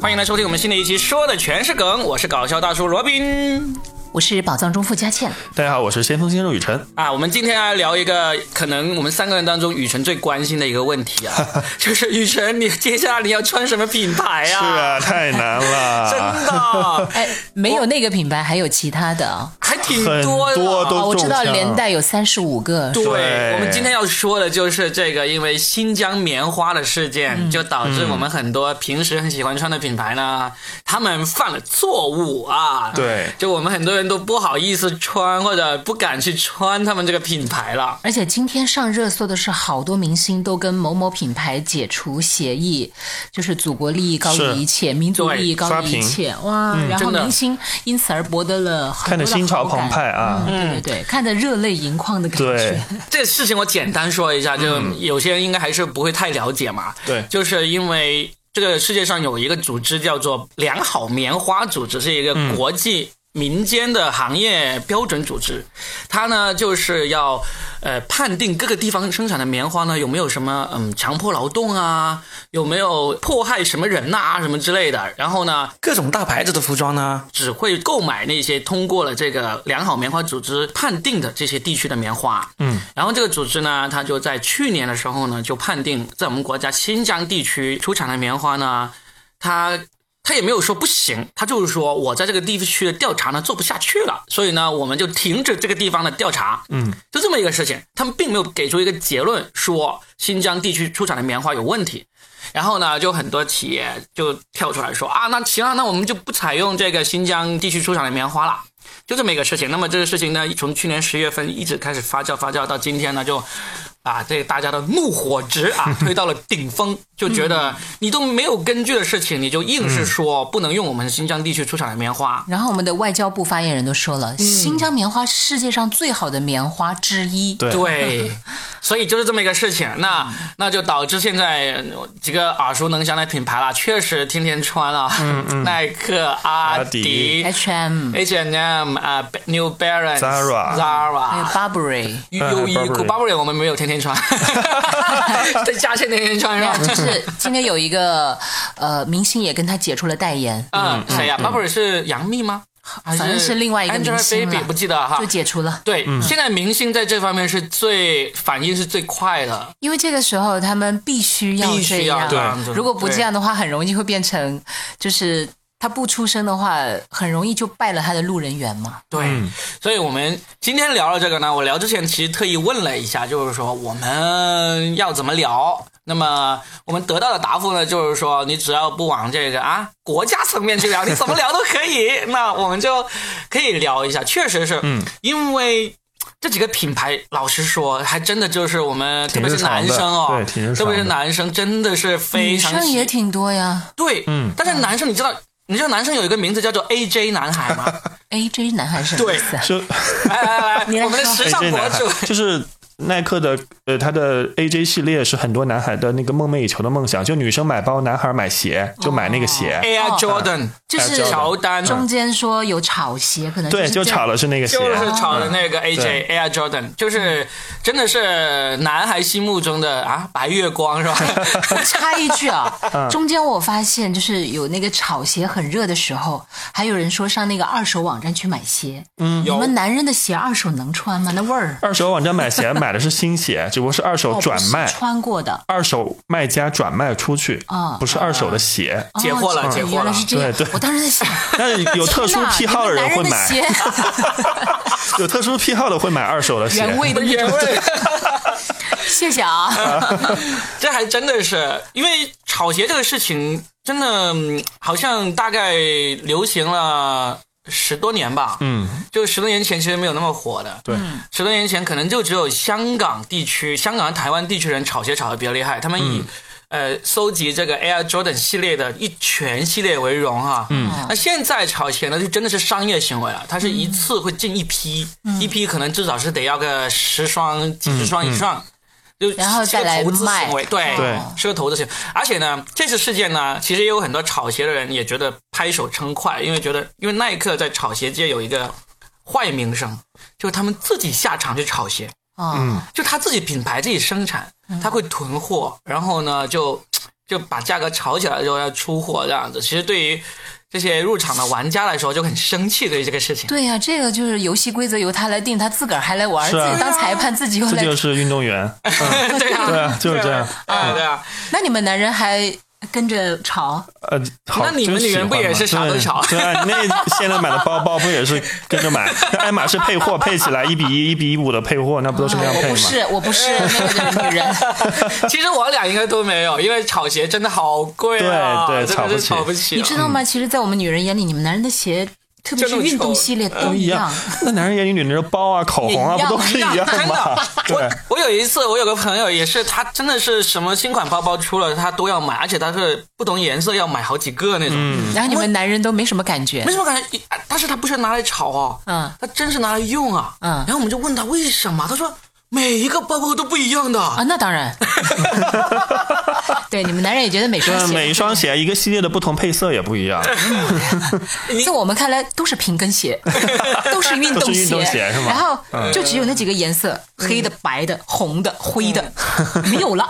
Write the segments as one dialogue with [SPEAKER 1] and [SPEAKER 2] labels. [SPEAKER 1] 欢迎来收听我们新的一期，说的全是梗，我是搞笑大叔罗宾。
[SPEAKER 2] 我是宝藏中富佳倩，
[SPEAKER 3] 大家好，我是先锋先生雨辰。
[SPEAKER 1] 啊，我们今天来聊一个可能我们三个人当中雨辰最关心的一个问题啊， 就是雨辰，你接下来你要穿什么品牌哎呀、
[SPEAKER 3] 是啊，太难
[SPEAKER 1] 真
[SPEAKER 3] 了，
[SPEAKER 1] 的
[SPEAKER 2] 哎，没有那个品牌，还有其他的啊、
[SPEAKER 1] 还挺
[SPEAKER 3] 很
[SPEAKER 1] 多的。
[SPEAKER 3] 多都
[SPEAKER 2] 哦我知道
[SPEAKER 3] 中枪啊
[SPEAKER 2] 连带有三十五个，
[SPEAKER 1] 对
[SPEAKER 3] 对
[SPEAKER 1] 我们今天要说的就是这个，因为新疆棉花的事件，就导致我们很多平时很喜欢穿的品牌呢，他们犯了错误啊。
[SPEAKER 3] 对
[SPEAKER 1] 就我们很多人都不好意思穿或者不敢去穿他们这个品牌了。
[SPEAKER 2] 而且今天上热搜的是好多明星都跟某某品牌解除协议，就是祖国利益高于
[SPEAKER 3] 是
[SPEAKER 2] 一切，民族利益高于一切，哇！然后
[SPEAKER 1] 真的
[SPEAKER 2] 明星因此而博得了很
[SPEAKER 3] 看
[SPEAKER 2] 多
[SPEAKER 3] 着
[SPEAKER 2] 的
[SPEAKER 3] 心潮
[SPEAKER 2] 好感
[SPEAKER 3] 澎湃啊！
[SPEAKER 2] 嗯，对对对，看得热泪盈眶的感
[SPEAKER 3] 对
[SPEAKER 2] 觉。
[SPEAKER 1] 这事情我简单说一下，就
[SPEAKER 4] 嗯
[SPEAKER 1] 有些人应该还是不会太了解嘛。
[SPEAKER 3] 对
[SPEAKER 1] 就是因为这个世界上有一个组织叫做良好棉花组织，是一个
[SPEAKER 4] 嗯
[SPEAKER 1] 国际民间的行业标准组织。它呢就是要呃判定各个地方生产的棉花呢有没有什么嗯强迫劳动啊，有没有迫害什么人呐、什么之类的。然后呢，
[SPEAKER 4] 各种大牌子的服装呢，
[SPEAKER 1] 只会购买那些通过了这个良好棉花组织判定的这些地区的棉花。嗯，然后这个组织呢，它就在去年的时候呢，就判定在我们国家新疆地区出产的棉花呢，它。它也没有说不行，它就是说我在这个地区的调查呢做不下去了，所以呢我们就停止这个地方的调查。嗯，就这么一个事情，他们并没有给出一个结论，说新疆地区出产的棉花有问题。然后呢，就很多企业就跳出来说啊，那行啊，那我们就不采用这个新疆地区出产的棉花了，就这么一个事情。那么这个事情呢，从去年十月份一直开始发酵发酵到今天呢，就把这个大家的怒火值啊推到了顶峰，就觉
[SPEAKER 3] 嗯
[SPEAKER 1] 得你都没有根据的事情，你就硬是说不能用我们新疆地区出产的棉花。
[SPEAKER 2] 然后我们的外交部发言人都说了，新疆棉花是世界上最好的棉花之一。
[SPEAKER 3] 对 嗯
[SPEAKER 1] 对，所以就是这么一个事情，那那就导致现在几个耳熟能详的品牌啦，确实天天穿啊， 耐克、阿
[SPEAKER 3] 嗯阿迪
[SPEAKER 1] 迪、
[SPEAKER 2] ，H&M，
[SPEAKER 1] H&M 啊，B- New Balance、
[SPEAKER 3] Zara
[SPEAKER 2] 还有
[SPEAKER 1] Zara。
[SPEAKER 2] Burberry，
[SPEAKER 1] 优衣库、
[SPEAKER 3] Burberry
[SPEAKER 1] Burberry 我们没有天 天穿，在家现天天穿是
[SPEAKER 2] 没有
[SPEAKER 1] 吧？
[SPEAKER 2] 就是今天有一个呃明星也跟他解除了代言，
[SPEAKER 1] 嗯，谁呀？Burberry 是杨幂吗？还
[SPEAKER 2] 反正啊是另外一个明星了
[SPEAKER 1] Angelababy 不记得哈
[SPEAKER 2] 就。解除了。
[SPEAKER 1] 对，现在明星在这方面是最反应是最快的，
[SPEAKER 2] 因为这个时候他们必须要
[SPEAKER 1] 必
[SPEAKER 2] 这
[SPEAKER 1] 须要
[SPEAKER 2] 样，
[SPEAKER 1] 这样子。
[SPEAKER 2] 如果不
[SPEAKER 1] 对
[SPEAKER 2] 这样的话，很容易会变成就是他不出声的话，很容易就败了他的路人缘嘛。
[SPEAKER 1] 对，
[SPEAKER 3] 嗯
[SPEAKER 1] 所以我们今天聊了这个呢，我聊之前其实特意问了一下，就是说我们要怎么聊。那么我们得到的答复呢，就是说你只要不往这个啊国家层面去聊，你怎么聊都可以。 那我们就可以聊一下，确实是，嗯，因为这几个品牌，老实说，还真的就是我们特
[SPEAKER 3] 挺
[SPEAKER 1] 别是
[SPEAKER 3] 日常的
[SPEAKER 1] 男生哦，
[SPEAKER 3] 对挺日常的
[SPEAKER 1] 特别是男生真的是非
[SPEAKER 2] 女
[SPEAKER 1] 常
[SPEAKER 2] 生
[SPEAKER 1] 喜
[SPEAKER 2] 也挺多呀
[SPEAKER 1] 对，嗯，但是男生你知道，你知道男生有一个名字叫做 AJ 男孩吗？
[SPEAKER 2] ，AJ 男孩是什么意思啊？
[SPEAKER 3] 就
[SPEAKER 1] 来来来，我们的时
[SPEAKER 3] AJ
[SPEAKER 1] 尚博
[SPEAKER 3] 男孩
[SPEAKER 1] 主，
[SPEAKER 3] 就是耐克的呃，它的 AJ 系列是很多男孩的那个梦寐以求的梦想，就女生买包，男孩买鞋，就买那个鞋。
[SPEAKER 1] Air Jordan，
[SPEAKER 2] 就是
[SPEAKER 1] 乔丹，
[SPEAKER 2] 哦中间说有炒鞋，可能
[SPEAKER 3] 对，
[SPEAKER 2] 哦就
[SPEAKER 3] 就
[SPEAKER 2] 这
[SPEAKER 3] 是炒
[SPEAKER 2] 样
[SPEAKER 3] 的是那个鞋，
[SPEAKER 1] 就是炒的那个 AJ
[SPEAKER 3] 对
[SPEAKER 1] Air Jordan，就是真的是男孩心目中的啊白月光是吧？
[SPEAKER 2] 插一句 啊，
[SPEAKER 3] 嗯
[SPEAKER 2] 中间我发现就是有那个炒鞋很热的时候，还有人说上那个二手网站去买鞋。嗯，你
[SPEAKER 1] 有
[SPEAKER 2] 们男人的鞋二手能穿吗？那味儿
[SPEAKER 3] 二手网站买鞋买的是新鞋，只不过是二手
[SPEAKER 2] 哦
[SPEAKER 3] 转
[SPEAKER 2] 不是
[SPEAKER 3] 卖，
[SPEAKER 2] 穿过的。
[SPEAKER 3] 二手卖家转卖出去
[SPEAKER 2] 啊，
[SPEAKER 3] 不是二手的鞋。
[SPEAKER 2] 哦
[SPEAKER 1] 解惑了
[SPEAKER 2] 这
[SPEAKER 1] 解惑了
[SPEAKER 2] 原来是这样
[SPEAKER 3] 对对
[SPEAKER 2] 我当时在想，
[SPEAKER 3] 但是 有特殊癖好的人会买，
[SPEAKER 2] 天哪你们男人的鞋
[SPEAKER 3] 有特殊癖好的会买二手的鞋。
[SPEAKER 2] 原味的那种。
[SPEAKER 1] 味，
[SPEAKER 2] 谢谢啊，
[SPEAKER 1] 这还真的是因为炒鞋这个事情，真的嗯好像大概流行了。十多年吧，嗯，就十多年前其实没有那么火的，
[SPEAKER 3] 对，
[SPEAKER 1] 嗯十多年前可能就只有香港地区、香港、台湾地区人炒鞋炒的比较厉害，他们以、呃搜集这个 Air Jordan 系列的一全系列为荣哈。嗯，那现在炒鞋呢，就真的是商业行为了，它是一
[SPEAKER 2] 嗯
[SPEAKER 1] 次会进一批，一批可能至少是得要个十双、几十双以上。就
[SPEAKER 2] 然后再来
[SPEAKER 1] 是个投资
[SPEAKER 2] 卖
[SPEAKER 1] 行为，对
[SPEAKER 3] 对
[SPEAKER 1] 是个投资行为。而且呢，这次事件呢，其实也有很多炒鞋的人也觉得拍手称快，因为觉得因为耐克在炒鞋界有一个坏名声，就是他们自己下场去炒鞋，
[SPEAKER 2] 哦，
[SPEAKER 3] 嗯
[SPEAKER 1] 就他自己品牌自己生产，他会囤货，然后呢就就把价格炒起来之后要出货这样子。其实对于这些入场的玩家来说，就很生气对于这个事情。
[SPEAKER 2] 对呀、这个就是游戏规则由他来定，他自个儿还来玩，
[SPEAKER 3] 是啊
[SPEAKER 2] 自己当裁判，自己又
[SPEAKER 3] 这
[SPEAKER 2] 来。
[SPEAKER 3] 就是运动员，
[SPEAKER 1] 对啊，
[SPEAKER 3] 对啊，就 是这样。嗯
[SPEAKER 1] 啊，对 啊，
[SPEAKER 2] 那你们男人还跟着吵？
[SPEAKER 3] 呃，好，
[SPEAKER 1] 那你们
[SPEAKER 3] 就
[SPEAKER 1] 女人
[SPEAKER 3] 喜欢
[SPEAKER 1] 不也
[SPEAKER 3] 嘛
[SPEAKER 1] 是啥都
[SPEAKER 3] 对
[SPEAKER 1] 少
[SPEAKER 3] 对啊，你那现在买的包包不也是跟着买？那爱马仕配货配起来一比一、一比五的配货，那不都是那样
[SPEAKER 2] 哎我
[SPEAKER 3] 配
[SPEAKER 2] 不
[SPEAKER 3] 吗？
[SPEAKER 2] 是，我不是那个女人。
[SPEAKER 1] 其实我俩应该都没有，因为炒鞋真的好贵啊，
[SPEAKER 3] 对
[SPEAKER 1] 真
[SPEAKER 3] 对
[SPEAKER 1] 的是
[SPEAKER 3] 炒
[SPEAKER 1] 炒
[SPEAKER 3] 不
[SPEAKER 1] 不起啊。
[SPEAKER 2] 你知道
[SPEAKER 3] 嗯
[SPEAKER 2] 吗？其实，在我们女人眼里，你们男人的鞋，特别是运动系列都
[SPEAKER 3] 不
[SPEAKER 2] 一
[SPEAKER 3] 嗯一
[SPEAKER 2] 样
[SPEAKER 3] 样。，那男人眼里女人的包啊、口红啊，
[SPEAKER 2] 也一样
[SPEAKER 3] 不都是一样
[SPEAKER 1] 真
[SPEAKER 3] 吗
[SPEAKER 1] 的？
[SPEAKER 3] 对，
[SPEAKER 1] 我有一次，我有个朋友也是，他真的是什么新款包包出了，他都要买，而且他是不同颜色要买好几个那种。
[SPEAKER 2] 然后你们男人都没什么感觉
[SPEAKER 3] 嗯
[SPEAKER 1] 没。什么感觉，啊但是他不是拿来炒哦，
[SPEAKER 2] 嗯
[SPEAKER 1] 他真是拿来用啊，
[SPEAKER 2] 嗯
[SPEAKER 1] 然后我们就问他为什么，他说每一个包包都不一样的，
[SPEAKER 2] 啊，那当然。 对，你们男人也觉得每双
[SPEAKER 3] 对，
[SPEAKER 2] 鞋，
[SPEAKER 3] 嗯每一双，鞋一个系列的不同配色也不一样，
[SPEAKER 2] 在我们看来都是平跟鞋， 都是运动
[SPEAKER 3] 都是运动鞋是吗嗯
[SPEAKER 2] 然后就只有那几个颜色，黑的、白的、红的、灰的，
[SPEAKER 3] 嗯
[SPEAKER 2] 没有了。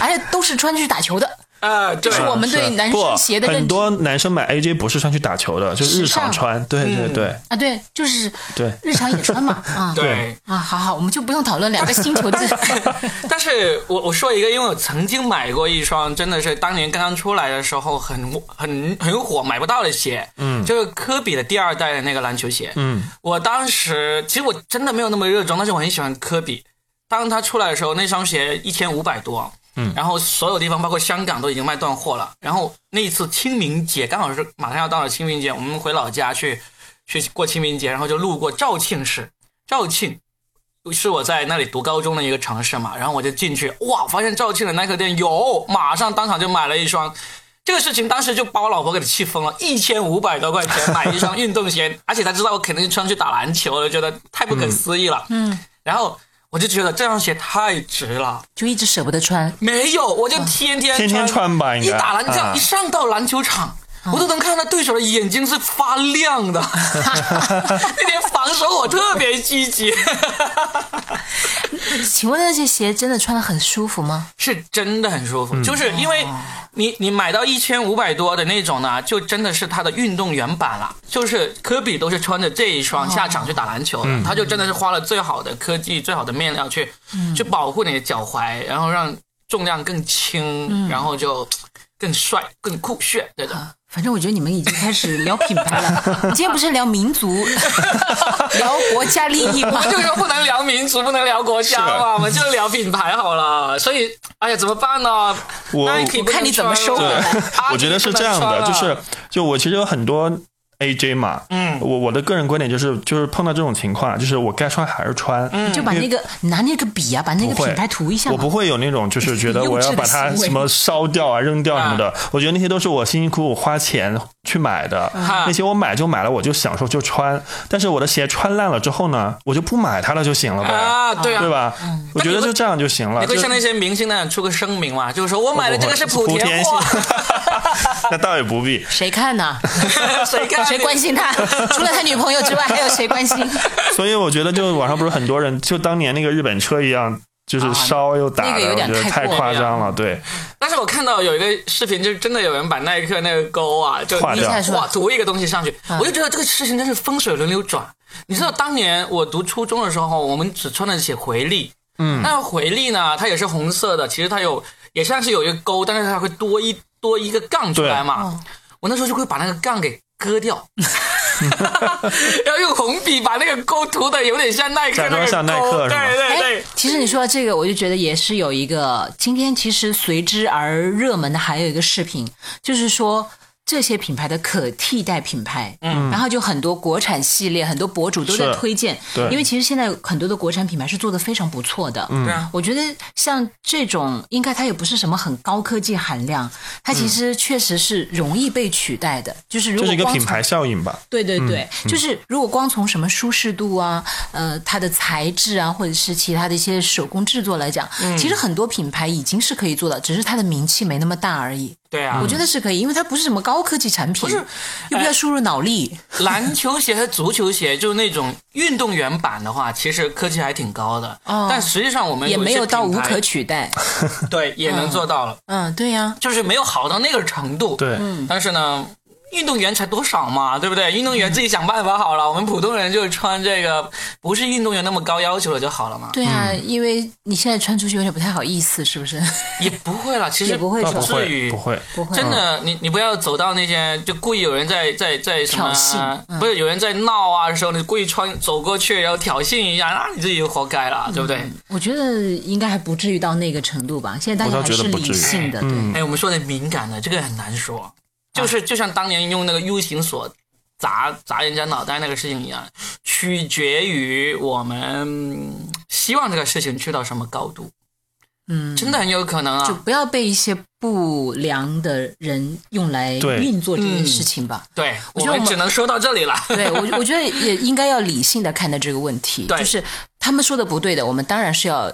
[SPEAKER 2] 而且都是穿去打球的，
[SPEAKER 1] 啊，对
[SPEAKER 2] 这是我们对
[SPEAKER 3] 是
[SPEAKER 2] 男生鞋的
[SPEAKER 3] 不很
[SPEAKER 2] 认知
[SPEAKER 3] 多男生买 AJ 不是上去打球的，就是日常
[SPEAKER 2] 时尚
[SPEAKER 3] 穿。对对对
[SPEAKER 2] 啊。对，就是
[SPEAKER 3] 对
[SPEAKER 2] 日常也穿嘛啊。
[SPEAKER 1] 对。
[SPEAKER 2] 啊，好好，我们就不用讨论两个星 球的。
[SPEAKER 1] 但是我我说一个，因为我曾经买过一双，真的是当年刚刚出来的时候很很很火，买不到的鞋，嗯，就是科比的第二代的那个篮球鞋，嗯，我当时其实我真的没有那么热衷，但是我很喜欢科比。当他出来的时候，那双鞋一千五百多，嗯，然后所有地方包括香港都已经卖断货了。然后那一次清明节刚好是马上要到了清明节，我们回老家去去过清明节，然后就路过肇庆市，肇庆是我在那里读高中的一个城市嘛，然后我就进去，哇，发现肇庆的耐克店有，马上当场就买了一双。这个事情当时就把我老婆给气疯了，一千五百多块钱买一双运动鞋，而且她知道我肯定穿去打篮球了，觉得太不可思议了。嗯，然后我就觉得这双鞋太值了，
[SPEAKER 2] 就一直舍不得穿。
[SPEAKER 1] 没有，我就天天
[SPEAKER 3] 啊天天穿吧应
[SPEAKER 1] 一
[SPEAKER 3] 该
[SPEAKER 1] 打篮
[SPEAKER 3] 啊
[SPEAKER 1] 球，一上到篮球场，我都能看到对手的眼睛是发亮 的， 那天防守我特别积极。
[SPEAKER 2] 请问那些鞋真的穿的很舒服吗？
[SPEAKER 1] 是真的很舒服，
[SPEAKER 3] 嗯
[SPEAKER 1] 就是因为
[SPEAKER 2] 哦
[SPEAKER 1] 你你买到一千五百多的那种呢，就真的是他的运动员版了。就是科比都是穿着这一
[SPEAKER 2] 哦
[SPEAKER 1] 双下场去打篮球的，
[SPEAKER 3] 嗯
[SPEAKER 1] 他就真的是花了最好的科技、最好的面料去、
[SPEAKER 2] 嗯
[SPEAKER 1] 去保护你的脚踝，然后让重量更轻，
[SPEAKER 2] 嗯
[SPEAKER 1] 然后就更帅、更酷炫对的。
[SPEAKER 2] 反正我觉得你们已经开始聊品牌了。我们今天不是聊民族，聊国家利益
[SPEAKER 1] 我
[SPEAKER 2] 吗
[SPEAKER 1] 们？就是不能聊民族，不能聊国家
[SPEAKER 3] 啊
[SPEAKER 1] 嘛，我们就聊品牌好了。所以，哎呀，怎么办呢？
[SPEAKER 3] 我
[SPEAKER 1] Nike 不能
[SPEAKER 2] 我看你怎么 收
[SPEAKER 1] 穿了
[SPEAKER 2] 回
[SPEAKER 3] 对， 我觉得是这样
[SPEAKER 1] 阿迪不能穿
[SPEAKER 3] 的，
[SPEAKER 1] 了啊
[SPEAKER 3] 就是就我其实有很多 AJ 嘛，
[SPEAKER 1] 嗯
[SPEAKER 3] 我我的个人观点就是就是碰到这种情况，就是我该穿还是穿，嗯
[SPEAKER 2] 就把那个拿那个笔啊，把那个品牌涂一下
[SPEAKER 3] 我不
[SPEAKER 2] 嘛。
[SPEAKER 3] 会有那种就是觉得我要把它什么烧掉啊、扔掉什么的。我觉得那些都是我辛辛苦苦花钱去买的，
[SPEAKER 1] 啊
[SPEAKER 3] 那些我买就买了，我就享受就穿。但是我的鞋穿烂了之后呢，我就不买它了就行了呗，
[SPEAKER 1] 啊，对啊，
[SPEAKER 3] 对吧？我觉得就这样就行了
[SPEAKER 1] 你。会
[SPEAKER 3] 就
[SPEAKER 1] 像那些明星那样出个声明吗？就是说我买的这个是莆
[SPEAKER 3] 田
[SPEAKER 1] 田 货，
[SPEAKER 3] 那倒也不必。
[SPEAKER 2] 谁看呢？
[SPEAKER 1] 谁看
[SPEAKER 2] 谁关心他？除了他女朋友之外，还有谁关心？
[SPEAKER 3] 所以我觉得，就网上不是很多人，就当年那个日本车一样，就是烧又打
[SPEAKER 2] 啊那
[SPEAKER 3] 的，
[SPEAKER 2] 个有
[SPEAKER 3] 我觉
[SPEAKER 2] 点
[SPEAKER 3] 得
[SPEAKER 2] 太
[SPEAKER 3] 太
[SPEAKER 2] 过
[SPEAKER 3] 夸
[SPEAKER 1] 了
[SPEAKER 3] 张了。对，
[SPEAKER 1] 但是我看到有一个视频，就是真的有人把耐克那个勾啊，就
[SPEAKER 3] 划
[SPEAKER 1] 你
[SPEAKER 3] 掉嗯
[SPEAKER 2] 一下是吧
[SPEAKER 1] 哇涂一个东西上去，我就觉得这个事情真是风水轮流转。你知道当年我读初中的时候，我们只穿的写回力，嗯，那回力呢，它也是红色的，其实它有也像是有一个勾，但是它会多一多一个杠出来嘛。我那时候就会把那个杠给割 掉。 然后用红笔把那个勾涂的有点像耐克
[SPEAKER 3] 假
[SPEAKER 1] 那
[SPEAKER 3] 装
[SPEAKER 1] 个
[SPEAKER 3] 像耐克
[SPEAKER 1] 勾，
[SPEAKER 3] 是吗
[SPEAKER 1] 对对对
[SPEAKER 2] 哎，，其实你说到这个，我就觉得也是有一个今天其实随之而热门的还有一个视频，就是说。这些品牌的可替代品牌，嗯，然后就很多国产系列，很多博主都在
[SPEAKER 3] 是
[SPEAKER 2] 推荐，
[SPEAKER 3] 对
[SPEAKER 2] 因为其实现在很多的国产品牌是做的非常不错的，嗯
[SPEAKER 1] 对啊
[SPEAKER 2] 我觉得像这种应该它也不是什么很高科技含量，它其实确实是容易被取代的，就是如
[SPEAKER 3] 这
[SPEAKER 2] 果
[SPEAKER 3] 是一个
[SPEAKER 2] 光
[SPEAKER 3] 品
[SPEAKER 2] 从
[SPEAKER 3] 牌效应吧。
[SPEAKER 2] 对对对，就是如果光从什么舒适度啊，呃，它的材质啊，或者是其他的一些手工制作来讲，其实很多品牌已经是可以做到，只是它的名气没那么大而已。
[SPEAKER 1] 对啊，
[SPEAKER 2] 我觉得是可以，因为它不是什么高高科技产品，
[SPEAKER 1] 不是
[SPEAKER 2] 又不要输入脑力。
[SPEAKER 1] 篮球鞋和足球鞋就是那种运动员版的话，其实科技还挺高的，
[SPEAKER 2] 哦
[SPEAKER 1] 但实际上我们
[SPEAKER 2] 也没
[SPEAKER 1] 有
[SPEAKER 2] 有
[SPEAKER 1] 一些
[SPEAKER 2] 到
[SPEAKER 1] 品
[SPEAKER 2] 无
[SPEAKER 1] 牌
[SPEAKER 2] 可取代，
[SPEAKER 1] 对，也能做到了，
[SPEAKER 2] 嗯，对呀、
[SPEAKER 1] 就是没有好到那个程度。，
[SPEAKER 3] 对，
[SPEAKER 2] 嗯
[SPEAKER 1] 但是呢，运动员才多少嘛，对不对？运动员自己想办法好
[SPEAKER 2] 嗯
[SPEAKER 1] 了，我们普通人就穿这个不是运动员那么高要求的就好了嘛，
[SPEAKER 2] 对啊、因为你现在穿出去有点不太好意思，是不是？
[SPEAKER 1] 也不会了，其实
[SPEAKER 2] 也不会
[SPEAKER 3] 倒
[SPEAKER 2] 穿
[SPEAKER 3] 不
[SPEAKER 1] 至于
[SPEAKER 3] 会不会，
[SPEAKER 2] 不会，
[SPEAKER 1] 真的，你你不要走到那些就故意有人在在在什么
[SPEAKER 2] 挑衅，嗯
[SPEAKER 1] 不是有人在闹啊的时候，你故意穿走过去然后挑衅一下，那你自己就活该
[SPEAKER 2] 嗯
[SPEAKER 1] 了，对不对？
[SPEAKER 2] 我觉得应该还不至于到那个程度吧。现在大
[SPEAKER 3] 我
[SPEAKER 2] 家
[SPEAKER 3] 倒
[SPEAKER 2] 还
[SPEAKER 3] 觉得
[SPEAKER 2] 是
[SPEAKER 3] 不
[SPEAKER 2] 理
[SPEAKER 3] 至于
[SPEAKER 2] 性的，
[SPEAKER 3] 嗯
[SPEAKER 2] 对，
[SPEAKER 1] 哎，我们说的敏感的这个很难说，就是就像当年用那个 U 型锁砸砸人家脑袋那个事情一样，取决于我们嗯希望这个事情去到什么高度，
[SPEAKER 2] 嗯，
[SPEAKER 1] 真的很有可能
[SPEAKER 2] 就
[SPEAKER 1] 啊。
[SPEAKER 2] 不要被一些不良的人用来
[SPEAKER 3] 对
[SPEAKER 2] 运作这件
[SPEAKER 1] 嗯
[SPEAKER 2] 事情吧。
[SPEAKER 1] 对，我
[SPEAKER 2] 我觉得我
[SPEAKER 1] 们
[SPEAKER 2] 们
[SPEAKER 1] 只能说到这里了。
[SPEAKER 2] 对我，我觉得也应该要理性的看待这个问题。
[SPEAKER 1] 对
[SPEAKER 2] 就是他们说的不对的，我们当然是要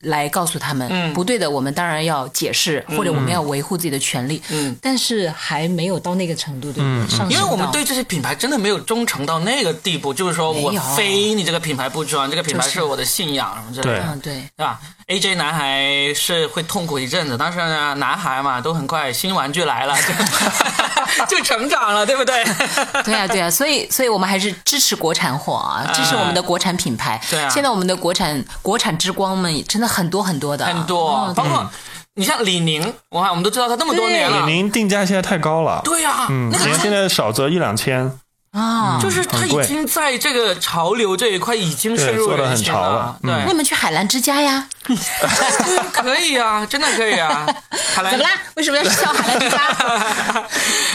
[SPEAKER 2] 来告诉他们、
[SPEAKER 1] 嗯
[SPEAKER 2] 不对的，我们当然要解释，或者我们要维护自己的权利。
[SPEAKER 1] 嗯，
[SPEAKER 2] 但是还没有到那个程度，对不对？上
[SPEAKER 1] 因为
[SPEAKER 2] 升
[SPEAKER 1] 我们
[SPEAKER 2] 到
[SPEAKER 1] 对这些品牌真的没有忠诚到那个地步，就是说我
[SPEAKER 2] 没有
[SPEAKER 1] 非你这个品牌不穿，这个品牌
[SPEAKER 2] 就是
[SPEAKER 1] 是我的信仰什么之类
[SPEAKER 3] 对
[SPEAKER 1] 的，
[SPEAKER 2] 嗯对，
[SPEAKER 1] 对吧？AJ 男孩是会痛苦一阵子，但是呢，男孩嘛都很快新玩具来了，就 就成长了，对不对？
[SPEAKER 2] 对啊，对啊，所以，所以我们还是支持国产货啊，支持我们的国产品牌。
[SPEAKER 1] 对啊
[SPEAKER 2] 现在我们的国产国产之光们真的很多很多的啊，
[SPEAKER 1] 很多，包括你像李宁，我看我们都知道他这么多年了，
[SPEAKER 3] 李宁定价现在太高了，
[SPEAKER 1] 对呀，
[SPEAKER 3] 嗯，
[SPEAKER 1] 那
[SPEAKER 3] 可能
[SPEAKER 1] 个
[SPEAKER 3] 现在少则一两千，
[SPEAKER 2] 啊。
[SPEAKER 1] 就是他
[SPEAKER 3] 很
[SPEAKER 1] 已
[SPEAKER 3] 贵
[SPEAKER 1] 经在这个潮流这一块已经深入
[SPEAKER 3] 对做得
[SPEAKER 1] 人
[SPEAKER 3] 很
[SPEAKER 1] 心
[SPEAKER 3] 潮
[SPEAKER 1] 了
[SPEAKER 3] 了，嗯
[SPEAKER 1] 对，
[SPEAKER 2] 那你们去海澜之家呀？
[SPEAKER 1] 可以啊，真的可以啊，看来
[SPEAKER 2] 怎么啦？为什么要笑海 澜之家？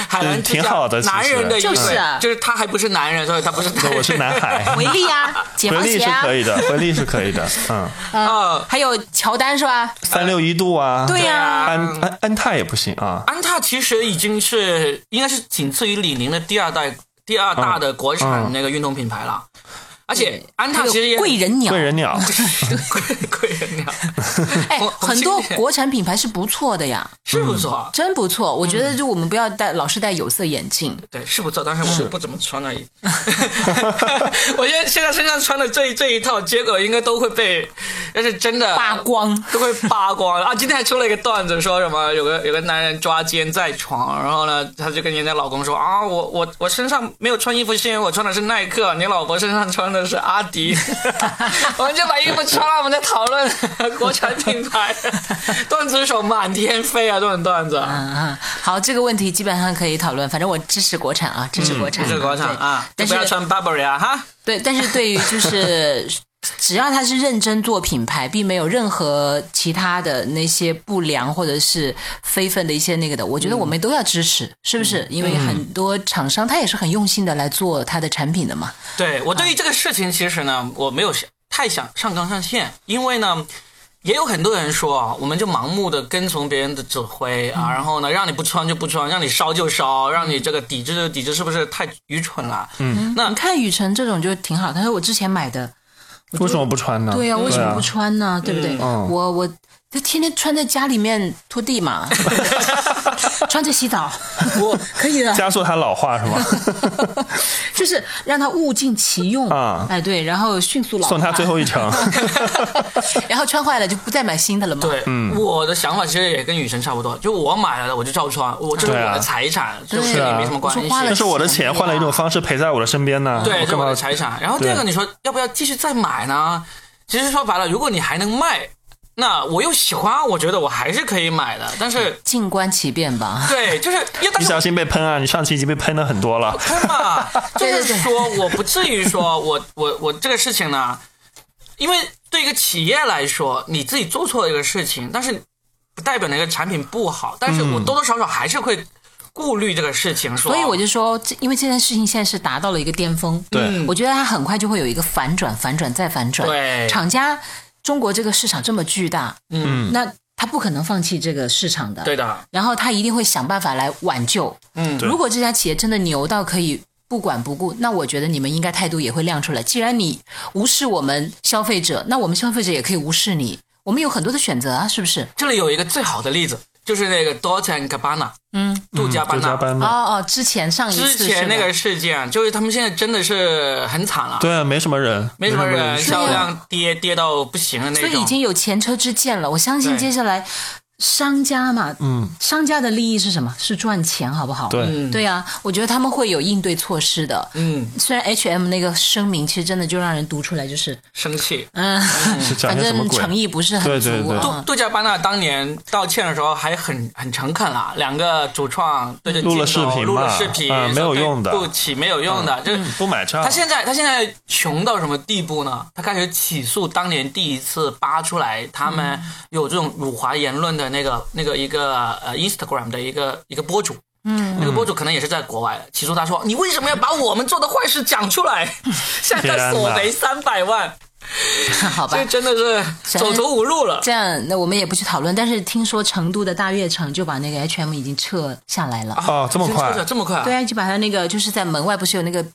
[SPEAKER 1] 海澜之家
[SPEAKER 3] 嗯挺好的其实
[SPEAKER 1] 男人的意味
[SPEAKER 2] 就是啊
[SPEAKER 1] 就是他还不是男人，所以他不是男
[SPEAKER 3] 那
[SPEAKER 1] 人。
[SPEAKER 3] 我是南 海，
[SPEAKER 2] 回力呀，解
[SPEAKER 3] 回
[SPEAKER 2] 放
[SPEAKER 3] 力
[SPEAKER 2] 鞋
[SPEAKER 3] 是
[SPEAKER 2] 啊呃
[SPEAKER 3] 可，以的，回力是可以的，嗯，
[SPEAKER 1] 啊，
[SPEAKER 2] 还有乔丹是吧？
[SPEAKER 3] 三六一度啊，
[SPEAKER 2] 对呀、
[SPEAKER 3] 安安安踏也不行啊，
[SPEAKER 1] 安踏其实已经是应该是仅次于李宁的第二代第二大的国产
[SPEAKER 3] 嗯
[SPEAKER 1] 那个运动品牌了，而且安踏
[SPEAKER 2] 还有
[SPEAKER 1] 其实也
[SPEAKER 2] 贵人鸟
[SPEAKER 3] 贵，人鸟，
[SPEAKER 1] 贵贵人鸟
[SPEAKER 2] 哎，
[SPEAKER 1] 我我
[SPEAKER 2] 很
[SPEAKER 1] 今
[SPEAKER 2] 多
[SPEAKER 1] 天
[SPEAKER 2] 国嗯产品牌是不错的呀，
[SPEAKER 1] 是不错，
[SPEAKER 2] 真不错。我觉得
[SPEAKER 1] 嗯
[SPEAKER 2] 就我们不要戴老是戴有色眼镜，
[SPEAKER 1] 对，是不错，但是我不怎么穿而已。 我觉得现在身上穿的这这一套，结果应该都会被，要是真的
[SPEAKER 2] 扒光。
[SPEAKER 1] 都会扒光了啊！今天还出了一个段子，说什么有个有个男人抓奸在床，然后呢，他就跟人家老公说啊，我我我身上没有穿衣服，是因为我穿的是耐克，你老婆身上穿的是阿迪， 我们就把衣服穿了，我们再讨论 国产品 牌，段子手满天飞啊，这种段子，
[SPEAKER 2] 嗯嗯，好，这个问题基本上可以讨论。反正我支持国产啊，支持国产，
[SPEAKER 1] 这是国产
[SPEAKER 2] 对
[SPEAKER 1] 啊，就
[SPEAKER 2] 但是
[SPEAKER 1] 不要穿 Burberry 啊哈。
[SPEAKER 2] 对，但是对于就是 只要他是认真做品牌，并没有任何其他的那些不良或者是非分的一些那个的，我觉得我们都要支持，是不是？因为很多厂商他也是很用心的来做他的产品的嘛。
[SPEAKER 1] 对我对于这个事情，其实呢，我没有想太想上纲上线，因为呢，也有很多人说啊，我们就盲目的跟从别人的指挥啊，然后呢，让你不穿就不穿，让你烧就烧，让你这个抵制就抵制，是不是太愚蠢了？嗯，那
[SPEAKER 2] 你看雨辰这种就挺好，他说我之前买的，我就
[SPEAKER 3] 为什么不穿呢？
[SPEAKER 2] 对呀、为什么
[SPEAKER 3] 啊
[SPEAKER 2] 不穿呢？对不对？
[SPEAKER 3] 嗯
[SPEAKER 2] 我我他天天穿在家里面拖地嘛，穿着洗澡，我可以的。
[SPEAKER 3] 加速它老化是吗？
[SPEAKER 2] 就是让他物尽其用
[SPEAKER 3] 啊
[SPEAKER 2] 哎，对，然后迅速老化
[SPEAKER 3] 送它最后一程，
[SPEAKER 2] 然后穿坏了就不再买新的了嘛。，
[SPEAKER 1] 对，我的想法其实也跟雨辰差不多，就我买了的我就照穿，我这是
[SPEAKER 3] 对啊
[SPEAKER 1] 我的财产，就跟
[SPEAKER 2] 对
[SPEAKER 1] 你
[SPEAKER 2] 啊
[SPEAKER 1] 没什么关
[SPEAKER 2] 我
[SPEAKER 1] 系
[SPEAKER 2] 说。花了
[SPEAKER 3] 这是我的钱换了一种方式陪在我的身边
[SPEAKER 2] 啊
[SPEAKER 3] 呢，
[SPEAKER 1] 啊对，
[SPEAKER 3] 我
[SPEAKER 1] 这是
[SPEAKER 3] 干
[SPEAKER 1] 我
[SPEAKER 3] 嘛
[SPEAKER 1] 的？财产。然后第二个，
[SPEAKER 3] 对
[SPEAKER 1] 你说要不要继续再买呢？其实说白了，如果你还能卖，那我又喜欢，啊我觉得我还是可以买的。但是，
[SPEAKER 2] 静观其变吧。
[SPEAKER 1] 对，就是要但
[SPEAKER 3] 一
[SPEAKER 1] 是
[SPEAKER 3] 小心被喷啊！你上期已经被喷了很多了，
[SPEAKER 1] 喷 嘛，就
[SPEAKER 2] 对对
[SPEAKER 1] 是说我不至于说我我我这个事情呢，因为对一个企业来说，你自己做错了一个事情，但是不代表那个产品不好，但是我多多少少还是会顾虑这个事情，说，
[SPEAKER 2] 所以我就说，这因为这件事情现在是达到了一个巅峰，
[SPEAKER 3] 对
[SPEAKER 1] 嗯
[SPEAKER 2] 我觉得它很快就会有一个反转，反转再反转。
[SPEAKER 1] 对
[SPEAKER 2] 厂家中国这个市场这么巨大，嗯，那他不可能放弃这个市场的，
[SPEAKER 1] 对的，
[SPEAKER 2] 然后他一定会想办法来挽救。
[SPEAKER 1] 嗯
[SPEAKER 3] 对
[SPEAKER 2] 如果这家企业真的牛到可以不管不顾，那我觉得你们应该态度也会亮出来。既然你无视我们消费者，那我们消费者也可以无视你。我们有很多的选择啊，是不是？
[SPEAKER 1] 这里有一个最好的例子，就是那个 Dolce and Gabbana，
[SPEAKER 2] 嗯，
[SPEAKER 1] 杜嘉班啊纳。
[SPEAKER 3] 杜嘉班纳，
[SPEAKER 2] 哦哦，之前上一次
[SPEAKER 1] 之前
[SPEAKER 2] 是吧
[SPEAKER 1] 那个事件，就是他们现在真的是很惨了，
[SPEAKER 3] 对，啊没什么人，
[SPEAKER 1] 没什么人，
[SPEAKER 3] 是的
[SPEAKER 1] 销量跌跌到不行的那
[SPEAKER 2] 啊所
[SPEAKER 1] 种。
[SPEAKER 2] 以已经有前车之鉴了。我相信
[SPEAKER 1] 对
[SPEAKER 2] 接下来商家嘛，
[SPEAKER 3] 嗯，
[SPEAKER 2] 商家的利益是什么？是赚钱，好不好？
[SPEAKER 3] 对
[SPEAKER 1] 嗯
[SPEAKER 2] 对啊，我觉得他们会有应对措施的。
[SPEAKER 1] 嗯
[SPEAKER 2] 虽然 H M 那个声明，其实真的就让人读出来就是，
[SPEAKER 1] 生气。
[SPEAKER 2] 嗯，
[SPEAKER 3] 是讲
[SPEAKER 2] 反
[SPEAKER 3] 些什么
[SPEAKER 2] 正
[SPEAKER 3] 鬼？
[SPEAKER 2] 诚意不是很
[SPEAKER 3] 对
[SPEAKER 2] 足
[SPEAKER 3] 对对
[SPEAKER 1] 杜
[SPEAKER 2] 啊。
[SPEAKER 1] 杜嘉班纳当年道歉的时候还很很诚恳啦，两个主创对着
[SPEAKER 3] 录了
[SPEAKER 1] 镜头
[SPEAKER 3] 视频嘛
[SPEAKER 1] 录了视频，
[SPEAKER 3] 嗯没有用的嗯
[SPEAKER 1] 说对不起，没有用的，就是。
[SPEAKER 2] 嗯
[SPEAKER 3] 不买账。
[SPEAKER 1] 他现在他现在穷到什么地步呢？他开始起诉当年第一次扒出来他们有这种辱华言论的那个那个一个呃 Instagram 的一个一个博主。嗯，那个博主可能也是在国外的，起诉他说：“你为什么要把我们做的坏事讲出来？现在索赔三百万，
[SPEAKER 2] 好吧
[SPEAKER 1] 这，真的是走投无路了。
[SPEAKER 2] 这样那我们也不去讨论。但是听说成都的大悦城就把那个 H M 已经撤下来
[SPEAKER 1] 啊
[SPEAKER 2] 了。”
[SPEAKER 3] 哦这么快
[SPEAKER 1] 这么快？
[SPEAKER 2] 对啊，就把它那个就是在门外不是有那个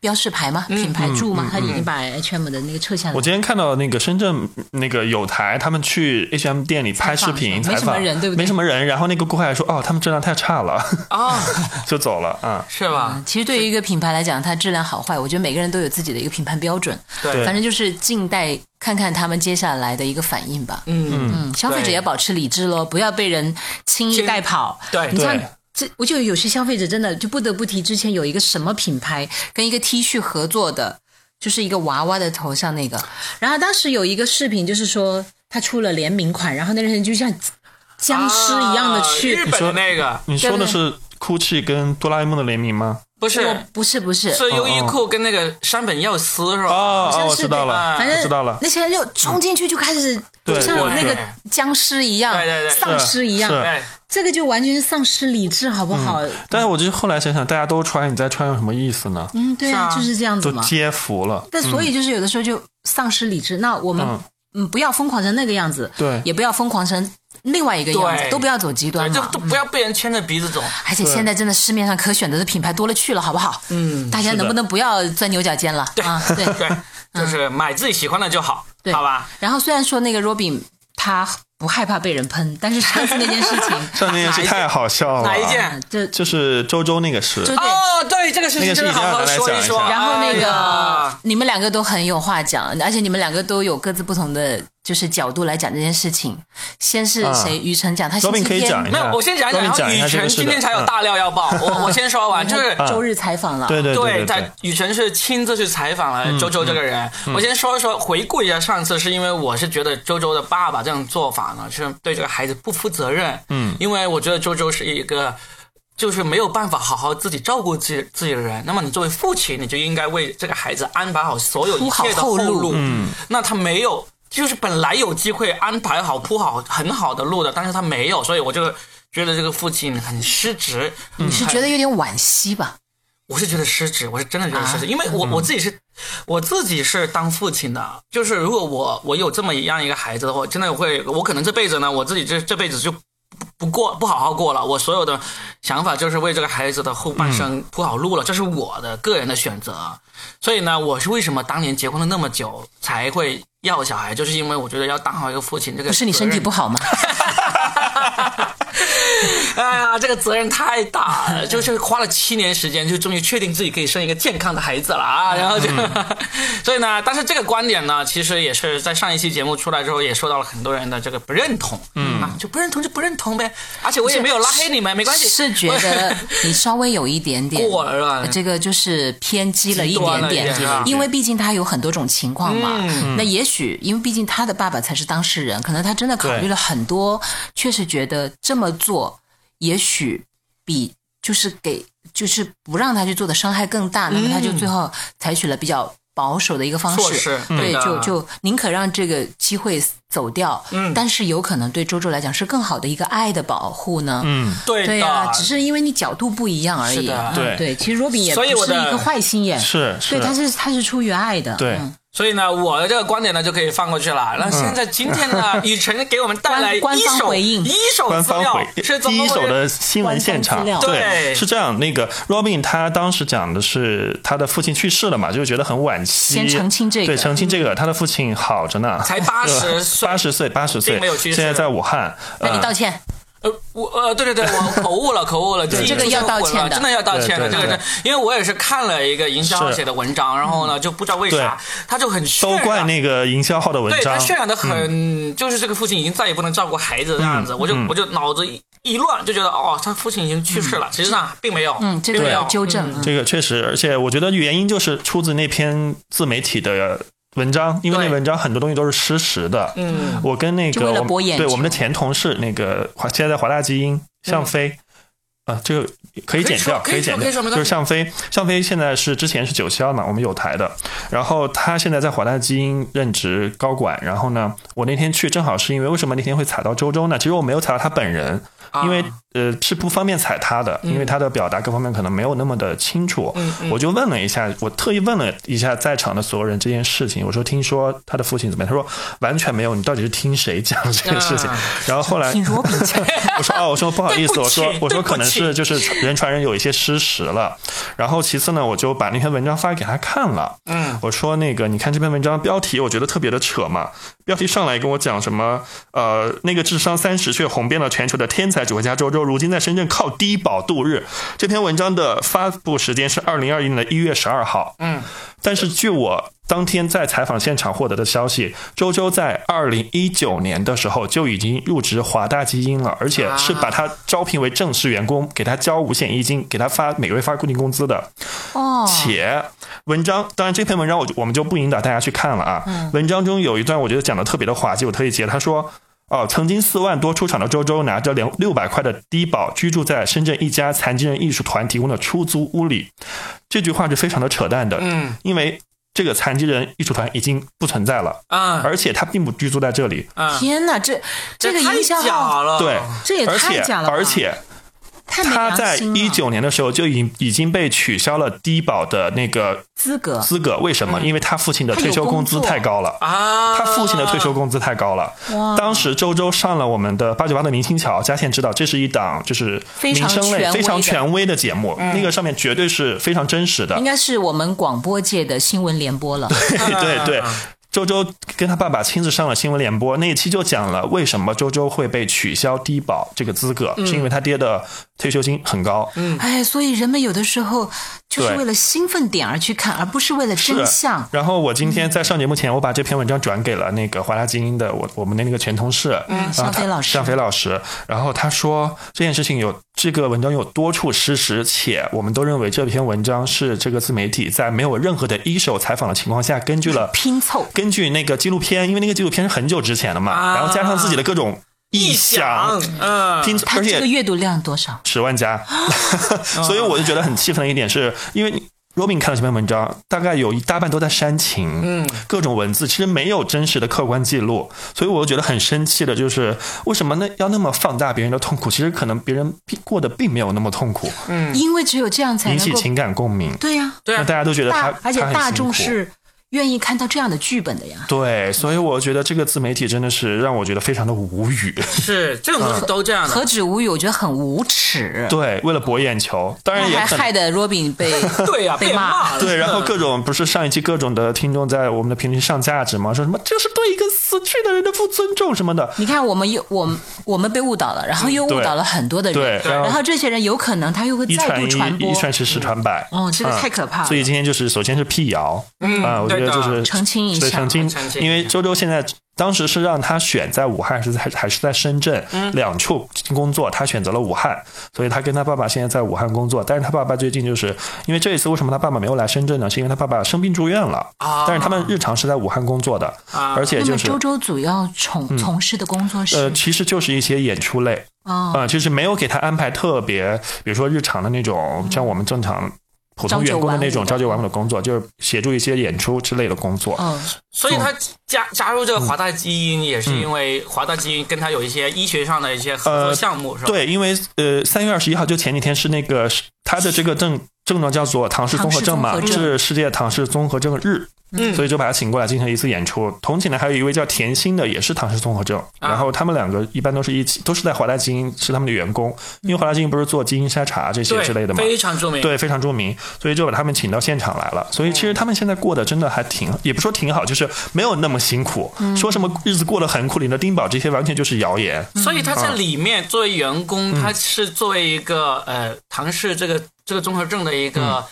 [SPEAKER 2] 标识牌吗？品牌柱吗？他已经把 H&M 的那个撤下来
[SPEAKER 3] 我
[SPEAKER 2] 了。
[SPEAKER 3] 今天看到那个深圳那个有台，他们去 H&M 店里拍视频
[SPEAKER 2] 采
[SPEAKER 3] 采
[SPEAKER 2] 访没什
[SPEAKER 3] 访，
[SPEAKER 2] 么人对不对
[SPEAKER 3] 没什么人然后那个顾客还说：“哦，他们质量太差了，
[SPEAKER 1] 啊，
[SPEAKER 3] 就走了。”啊，
[SPEAKER 1] 是吧？
[SPEAKER 2] 其实对于一个品牌来讲，它质量好坏，我觉得每个人都有自己的一个评判标准。
[SPEAKER 1] 对
[SPEAKER 2] 反正就是静待看看他们接下来的一个反应吧。
[SPEAKER 1] 嗯，
[SPEAKER 2] 嗯，消费者
[SPEAKER 1] 对
[SPEAKER 2] 要保持理智喽，不要被人轻易
[SPEAKER 1] 轻
[SPEAKER 2] 带跑。
[SPEAKER 1] 对
[SPEAKER 2] 你像
[SPEAKER 3] 对
[SPEAKER 2] 这，我就有些消费者真的就不得不提，之前有一个什么品牌跟一个 T 恤合作的，就是一个娃娃的头上那个，然后当时有一个视频，就是说他出了联名款，然后那个人就像 僵尸一样的去
[SPEAKER 1] 啊，日本的那个
[SPEAKER 3] 你说的是 GUCCI 跟哆啦 A 梦的联名吗？
[SPEAKER 1] 不
[SPEAKER 2] 我
[SPEAKER 1] 是
[SPEAKER 2] 哦不是不是，
[SPEAKER 1] 是优衣库跟那个山本耀司是吧？
[SPEAKER 3] 哦哦，
[SPEAKER 2] 像
[SPEAKER 3] 我
[SPEAKER 2] 是
[SPEAKER 3] 知道了，
[SPEAKER 2] 反
[SPEAKER 3] 我
[SPEAKER 2] 正
[SPEAKER 3] 知道了。
[SPEAKER 2] 那些人就冲进去就开始。就
[SPEAKER 3] 对
[SPEAKER 2] 像
[SPEAKER 3] 对
[SPEAKER 2] 那个
[SPEAKER 1] 对
[SPEAKER 2] 僵尸一样，
[SPEAKER 1] 对对对是
[SPEAKER 2] 丧尸一样
[SPEAKER 3] 是，
[SPEAKER 1] 对，
[SPEAKER 2] 这个就完全是丧失理智，好不好？
[SPEAKER 3] 但是我就后来想想，大家都穿，你再穿有什么意思呢？
[SPEAKER 2] 嗯，对啊，
[SPEAKER 1] 是啊
[SPEAKER 2] 就是这样子
[SPEAKER 3] 都
[SPEAKER 2] 嘛。
[SPEAKER 3] 皆 服了。
[SPEAKER 2] 但所以就是有的时候就丧失理智。那我们
[SPEAKER 3] 嗯
[SPEAKER 2] 嗯，不要疯狂成那个样子，
[SPEAKER 3] 对，
[SPEAKER 2] 也不要疯狂成另外一个样子，
[SPEAKER 1] 对
[SPEAKER 2] 都不要走极端
[SPEAKER 1] 对，就
[SPEAKER 2] 嘛
[SPEAKER 1] 都。不要被人牵着鼻子走。
[SPEAKER 2] 而且现在真的市面上可选择的品牌多了去了，好不好？
[SPEAKER 1] 嗯，
[SPEAKER 2] 大家能不能不要钻牛角尖了 啊？对嗯
[SPEAKER 1] 对，就是买自己喜欢的就好，
[SPEAKER 2] 对
[SPEAKER 1] 好吧？
[SPEAKER 2] 然后虽然说那个 Robin 他不害怕被人喷，但是上次那件事情
[SPEAKER 3] 上那件事太好笑了，
[SPEAKER 1] 哪一件
[SPEAKER 2] 嗯就
[SPEAKER 3] 就是周周那个事，
[SPEAKER 2] 就对。
[SPEAKER 1] 哦，对，这个事情真的好好说一说。
[SPEAKER 2] 然后那个、
[SPEAKER 1] 哎呀
[SPEAKER 2] 你们两个都很有话讲，而且你们两个都有各自不同的就是角度来讲这件事情。先是谁？
[SPEAKER 3] 嗯
[SPEAKER 2] 于晨讲，他星期
[SPEAKER 3] Robin 可以
[SPEAKER 2] 天
[SPEAKER 3] 讲一
[SPEAKER 1] 没
[SPEAKER 3] 下，
[SPEAKER 1] 有，我先讲一讲，然
[SPEAKER 3] Robin
[SPEAKER 1] 后
[SPEAKER 3] 讲一
[SPEAKER 1] 雨
[SPEAKER 3] 下这
[SPEAKER 1] 辰
[SPEAKER 3] 个事
[SPEAKER 1] 今
[SPEAKER 3] 的
[SPEAKER 1] 天才有
[SPEAKER 3] 嗯
[SPEAKER 1] 大料要爆，我我先说
[SPEAKER 2] 嗯
[SPEAKER 1] 完，啊就是
[SPEAKER 2] 周日采访了，
[SPEAKER 3] 对对对
[SPEAKER 1] 啊
[SPEAKER 3] 嗯
[SPEAKER 1] 在雨辰是亲自去采访了周周这个人。我先说一说，回顾一下上次，是因为我是觉得周周的爸爸这样做法呢，是对这个孩子不负责任。嗯，因为我觉得周周是一个。就是没有办法好好自己照顾自己自己的人，那么你作为父亲，你就应该为这个孩子安排好所有一
[SPEAKER 2] 铺好
[SPEAKER 1] 切的后
[SPEAKER 2] 后路
[SPEAKER 1] 路。嗯，那他没有，就是本来有机会安排好、铺好很好的路的，但是他没有，所以我就觉得这个父亲很失职。
[SPEAKER 2] 你是觉得有点惋惜吧？
[SPEAKER 1] 我是觉得失职，我是真的觉得失职，
[SPEAKER 2] 啊
[SPEAKER 1] 因为我我自己是，我自己是当父亲的，就是如果我我有这么一样一个孩子的话，我真的会，我可能这辈子呢，我自己这这辈子就不不过不好好过了，我所有的想法就是为这个孩子的后
[SPEAKER 2] 嗯
[SPEAKER 1] 半生铺好路了，这是我的个人的选择，啊所以呢，我是为什么当年结婚了那么久才会要小孩，就是因为我觉得要当好一个父亲，这个
[SPEAKER 2] 不是你身体不
[SPEAKER 1] 好。
[SPEAKER 2] 好吗？
[SPEAKER 1] 哎呀，这个责任太大了，就是花了七年时间，就终于确定自己可以生一个健康的孩子了啊！然后就， 所以呢，但是这个观点呢，其实也是在上一期节目出来之后，也受到了很多人的这个不认同，嗯啊，就不认同就不认同呗，而且我也没有拉黑你们，没关系，
[SPEAKER 2] 是觉得你稍微有一点点呃
[SPEAKER 1] 过了
[SPEAKER 2] 这个就是偏激了一点
[SPEAKER 1] 极端了一
[SPEAKER 2] 点
[SPEAKER 1] 点是啊嗯吧，
[SPEAKER 2] 因为毕竟他有很多种情况嘛。那也许因为毕竟他的爸爸才是当事人，可能他真的考虑了很多，确实觉得这么做也许比就是给就是不让他去做的伤害更大，那么他就最后采取了比较。保守的一个方
[SPEAKER 1] 措
[SPEAKER 2] 式，
[SPEAKER 1] 施嗯对啊
[SPEAKER 2] 对，
[SPEAKER 1] 的
[SPEAKER 2] 就就宁可让这个机会走掉，嗯，但是有可能对周周来讲是更好的一个爱的保护呢，嗯，
[SPEAKER 1] 对
[SPEAKER 2] 对
[SPEAKER 1] 的，
[SPEAKER 2] 啊，只是因为你角度不一样而
[SPEAKER 1] 是
[SPEAKER 2] 已。
[SPEAKER 1] 的
[SPEAKER 2] 嗯
[SPEAKER 3] 对
[SPEAKER 2] 对，其实罗宾也不
[SPEAKER 1] 所
[SPEAKER 2] 是
[SPEAKER 1] 以我的
[SPEAKER 2] 一个坏心眼，
[SPEAKER 3] 是是
[SPEAKER 2] 对，他是他是出于爱的。
[SPEAKER 3] 对
[SPEAKER 2] 嗯
[SPEAKER 1] 所以呢，我的这个观点呢就可以放过去了。那现在今天呢，雨辰给我们带来
[SPEAKER 2] 官
[SPEAKER 1] 一
[SPEAKER 2] 官
[SPEAKER 1] 手
[SPEAKER 2] 方回应
[SPEAKER 1] 一手
[SPEAKER 3] 官
[SPEAKER 1] 资
[SPEAKER 3] 方
[SPEAKER 1] 料
[SPEAKER 3] 回
[SPEAKER 1] 是怎
[SPEAKER 3] 第
[SPEAKER 1] 么
[SPEAKER 3] 一
[SPEAKER 1] 回
[SPEAKER 3] 手
[SPEAKER 1] 事？
[SPEAKER 3] 的新闻现场
[SPEAKER 2] 官方，
[SPEAKER 1] 资料对
[SPEAKER 3] 是这样。那个 Robin 他当时讲的是他的父亲去世了嘛，就觉得很惋惜，
[SPEAKER 2] 先澄清这个
[SPEAKER 3] 对，澄清这个，他的父亲好着呢，
[SPEAKER 1] 嗯
[SPEAKER 3] 呃
[SPEAKER 1] 才80岁
[SPEAKER 3] 八十岁，八十岁
[SPEAKER 1] 并没有去，世
[SPEAKER 3] 现在在武汉。
[SPEAKER 2] 那你
[SPEAKER 3] 嗯
[SPEAKER 2] 道歉，
[SPEAKER 1] 呃，我呃，对对对，我口误了，口误了，
[SPEAKER 2] 这个要道歉的
[SPEAKER 1] 真的要道歉的，
[SPEAKER 3] 对
[SPEAKER 1] 这
[SPEAKER 3] 对
[SPEAKER 1] 个
[SPEAKER 3] 对
[SPEAKER 1] 是因为我也是看了一个营销号
[SPEAKER 3] 是嗯
[SPEAKER 1] 写的文章，然后呢就不知道为啥他就很渲
[SPEAKER 3] 都
[SPEAKER 1] 染
[SPEAKER 3] 怪那个营销号的文
[SPEAKER 1] 对他
[SPEAKER 3] 章，嗯
[SPEAKER 1] 渲染的很，就是这个父亲已经再也不能照顾孩子这样子，我就我就脑子一一乱，就觉得哦，他父亲已经去世了，其实上并没有，
[SPEAKER 2] 嗯，这
[SPEAKER 1] 并
[SPEAKER 2] 个
[SPEAKER 1] 没
[SPEAKER 2] 要
[SPEAKER 1] 有
[SPEAKER 2] 纠正。
[SPEAKER 3] 这个确实，而且我觉得原因就是出自那篇自媒体的文章，因为
[SPEAKER 1] 对
[SPEAKER 3] 那文章很多东西都是失实的。
[SPEAKER 1] 嗯，
[SPEAKER 3] 我跟那
[SPEAKER 2] 就为
[SPEAKER 3] 个
[SPEAKER 2] 了
[SPEAKER 3] 我们
[SPEAKER 2] 博眼球
[SPEAKER 3] 对我们的前同事那个华现在在华大基因向飞。啊，这个可
[SPEAKER 1] 可以
[SPEAKER 3] 以剪掉，
[SPEAKER 1] 说嗯可以
[SPEAKER 3] 剪
[SPEAKER 1] 说
[SPEAKER 3] 掉，
[SPEAKER 1] 可以说没
[SPEAKER 3] 就
[SPEAKER 1] 关系
[SPEAKER 3] 是向飞，向飞现在是之前是九七幺嘛，我们有台的，然后他现在在华大基因任职高管，然后呢，我那天去正好是因为为什么那天会踩到周周呢？其实我没有踩到他本人，
[SPEAKER 1] 啊嗯
[SPEAKER 3] 因为呃是不方便踩他的，因为他的表达各方面可能没有那么的清楚。我就问了一下，我特意问了一下在场的所有人这件事情，我说听说他的父亲怎么样？他说完全没有，你到底是听谁讲这件事情？
[SPEAKER 1] 啊
[SPEAKER 3] 然后后来
[SPEAKER 2] 听罗 宾讲
[SPEAKER 3] 我说哦，我说不好意思，
[SPEAKER 1] 对不
[SPEAKER 3] 我
[SPEAKER 1] 起
[SPEAKER 3] 说我
[SPEAKER 1] 对不
[SPEAKER 3] 说可能
[SPEAKER 1] 起
[SPEAKER 3] 是就是人传人有一些失实了。然后其次呢，我就把那篇文章发给他看了。
[SPEAKER 1] 嗯，
[SPEAKER 3] 我说那个，你看这篇文章标题，我觉得特别的扯嘛。标题上来跟我讲什么，呃，那个智商三十却红遍了全球的天才指挥家周周，如今在深圳靠低保度日。这篇文章的发布时间是二零二一年的一月十二号。
[SPEAKER 1] 嗯，
[SPEAKER 3] 但是据我当天在采访现场获得的消息，周周在二零一九年的时候就已经入职华大基因了，而且是把他招聘为正式员工，给他交五险一金，给他发每个月发固定工资的。
[SPEAKER 2] 哦，
[SPEAKER 3] 且文章，当然这篇文章我就我们就不引导大家去看了啊。文章中有一段我觉得讲的特别的滑稽，我特意截了。他说。哦，曾经四万多出厂的周周拿着两六百块的低保，居住在深圳一家残疾人艺术团提供的出租屋里。这句话是非常的扯淡的，
[SPEAKER 1] 嗯，
[SPEAKER 3] 因为这个残疾人艺术团已经不存在了，
[SPEAKER 1] 啊
[SPEAKER 3] 而且他并不居住在这里。
[SPEAKER 1] 啊，
[SPEAKER 2] 天哪，这这个
[SPEAKER 1] 太
[SPEAKER 2] 营销号
[SPEAKER 1] 假了，
[SPEAKER 3] 对，
[SPEAKER 2] 这也
[SPEAKER 3] 而
[SPEAKER 2] 太
[SPEAKER 3] 且
[SPEAKER 2] 假了吧
[SPEAKER 3] 而且
[SPEAKER 2] 太没
[SPEAKER 3] 他
[SPEAKER 2] 良
[SPEAKER 3] 在
[SPEAKER 2] 心了。啊
[SPEAKER 3] 一九年的时候就已经已经被取消了低保的那个
[SPEAKER 2] 资格，
[SPEAKER 3] 资格，为什么？
[SPEAKER 2] 嗯
[SPEAKER 3] 因为他父亲的退休工资太高了。
[SPEAKER 1] 啊，
[SPEAKER 3] 他父亲的退休工资太高了。当时周周上了我们的八九八的《明星桥》，嘉倩知道，这是一档就是
[SPEAKER 2] 非
[SPEAKER 3] 民
[SPEAKER 2] 常
[SPEAKER 3] 生
[SPEAKER 2] 权威
[SPEAKER 3] 类
[SPEAKER 2] 的
[SPEAKER 3] 非常权威的节目，
[SPEAKER 1] 嗯
[SPEAKER 3] 那个上面绝对是非常真实的
[SPEAKER 2] 应。该是我们广播界的新闻联播了。
[SPEAKER 3] 对对
[SPEAKER 1] 啊。
[SPEAKER 3] 周周跟他爸爸亲自上了新闻联播，那一期就讲了为什么周周会被取消低保这个资格，是因为他爹的退休金很高。
[SPEAKER 2] 哎，所以人们有的时候就是
[SPEAKER 3] 对
[SPEAKER 2] 为了兴奋点而去看，而不是为了真相。
[SPEAKER 3] 然后我今天在上节目前，我把这篇文章转给了那个华大基因的我我们的那个前同事，嗯
[SPEAKER 2] 向飞老师
[SPEAKER 3] 向飞老师。然后他说这件事情有这个文章有多处失实，且我们都认为这篇文章是这个自媒体在没有任何的一手采访的情况下，根据了
[SPEAKER 2] 拼凑
[SPEAKER 3] 根据那个纪录片，因为那个纪录片是很久之前的嘛，
[SPEAKER 1] 啊
[SPEAKER 3] 然后加上自己的各种
[SPEAKER 1] 臆
[SPEAKER 3] 臆
[SPEAKER 1] 想
[SPEAKER 3] 想，，
[SPEAKER 1] 嗯，
[SPEAKER 3] 拼，
[SPEAKER 2] 它
[SPEAKER 3] 而
[SPEAKER 2] 这个哦
[SPEAKER 3] 且
[SPEAKER 2] 阅读量多少？
[SPEAKER 3] 十万加， 所以我就觉得很气愤的一点是，因为 Robin 看了这篇文章，大概有一大半都在煽情，嗯，各种文字其实没有真实的客观记录，所以我就觉得很生气的就是，为什么那要那么放大别人的痛苦？其实可能别人并过得并没有那么痛苦，
[SPEAKER 2] 因为只有这样才
[SPEAKER 3] 嗯引
[SPEAKER 2] 能
[SPEAKER 3] 起
[SPEAKER 2] 够
[SPEAKER 3] 情感共鸣，
[SPEAKER 2] 对呀、
[SPEAKER 1] 对
[SPEAKER 3] 那
[SPEAKER 1] 啊，
[SPEAKER 3] 大家都觉得他
[SPEAKER 2] 大而且
[SPEAKER 3] 他很
[SPEAKER 2] 大
[SPEAKER 3] 辛
[SPEAKER 2] 众
[SPEAKER 3] 苦
[SPEAKER 2] 是愿意看到这样的剧本的呀。
[SPEAKER 3] 对，所以我觉得这个自媒体真的是让我觉得非常的无语。
[SPEAKER 1] 是这种东西
[SPEAKER 3] 嗯
[SPEAKER 1] 都这样的
[SPEAKER 2] 何，止无语，我觉得很无耻。
[SPEAKER 3] 对，为了博眼球，当然也
[SPEAKER 2] 还
[SPEAKER 3] 可能
[SPEAKER 2] 害得 Robin 被
[SPEAKER 1] 对呀，
[SPEAKER 2] 被
[SPEAKER 1] 被骂了，
[SPEAKER 3] 对，然后
[SPEAKER 1] 嗯
[SPEAKER 3] 各种不是上一期各种的听众在我们的评论上价值吗？说什么这是对一个死去的人的不尊重什么的。
[SPEAKER 2] 你看，我们又我们我们被误导了，然后又误导了很多的人，
[SPEAKER 3] 对然后
[SPEAKER 2] 然后这些人有可能他又会
[SPEAKER 3] 一
[SPEAKER 2] 再
[SPEAKER 3] 传
[SPEAKER 2] 度
[SPEAKER 3] 一，
[SPEAKER 2] 传播
[SPEAKER 3] 一。传十，十传百。
[SPEAKER 2] 哦，这个
[SPEAKER 3] 嗯
[SPEAKER 2] 太可怕了。
[SPEAKER 3] 所以今天就是，首先是辟谣，嗯啊，我觉
[SPEAKER 1] 对
[SPEAKER 3] 得
[SPEAKER 1] 的
[SPEAKER 3] 就是
[SPEAKER 2] 澄清一
[SPEAKER 3] 对
[SPEAKER 2] 下
[SPEAKER 3] 澄清
[SPEAKER 1] 澄，清
[SPEAKER 3] 因为周周现在当时是让他选在武汉还是在还是在深圳
[SPEAKER 2] 嗯
[SPEAKER 3] 两处工作，他选择了武汉，所以他跟他爸爸现在在武汉工作，但是他爸爸最近就是因为这一次为什么他爸爸没有来深圳呢？是因为他爸爸生病住院了，
[SPEAKER 1] 啊
[SPEAKER 3] 但是他们日常是在武汉工作的，
[SPEAKER 1] 啊
[SPEAKER 3] 而且
[SPEAKER 2] 那么
[SPEAKER 3] 就是嗯
[SPEAKER 2] 周周主要从、从事的工作是、
[SPEAKER 3] 呃，其实就是一些演出类
[SPEAKER 2] 哦
[SPEAKER 3] 啊、就是没有给他安排特别，比如说日常的那种，像我们正常普通员工的那种
[SPEAKER 2] 嗯朝
[SPEAKER 3] 朝
[SPEAKER 2] 九
[SPEAKER 3] 九
[SPEAKER 2] 晚
[SPEAKER 3] 晚
[SPEAKER 2] 五
[SPEAKER 3] 五的工作，就是协助一些演出之类的工作。
[SPEAKER 2] 哦，
[SPEAKER 1] 所以他
[SPEAKER 3] 嗯
[SPEAKER 1] 加加入这个华大基因，也是因为华大基因跟他有一些医学上的一些合作项目，是吧？
[SPEAKER 3] 呃对，因为呃，三月二十一号就前几天是那个是他的这个症症状叫做唐氏综合症嘛，
[SPEAKER 2] 唐氏综合症
[SPEAKER 3] 是世界唐氏综合症日。
[SPEAKER 1] 嗯
[SPEAKER 3] 所以就把他请过来进行一次演出。同寝呢还有一位叫田心的，也是唐氏综合症，
[SPEAKER 1] 啊
[SPEAKER 3] 然后他们两个一般都是一起，都是在华大基因是他们的员工，因为华大基因不是做基因筛查这
[SPEAKER 1] 嗯
[SPEAKER 3] 些
[SPEAKER 1] 对
[SPEAKER 3] 之类的嘛，
[SPEAKER 1] 非常著名。
[SPEAKER 3] 对，非常著名，所以就把他们请到现场来了。所以其实他们现在过得真的还挺，也不说挺
[SPEAKER 1] 嗯
[SPEAKER 3] 好，就是没有那么辛苦。说什么日子过得很苦，领着丁宝这些完全就是谣言。
[SPEAKER 1] 所以他在里面作为员工，
[SPEAKER 3] 嗯
[SPEAKER 1] 他是作为一个呃唐氏这个这个综合症的一
[SPEAKER 3] 嗯
[SPEAKER 1] 个，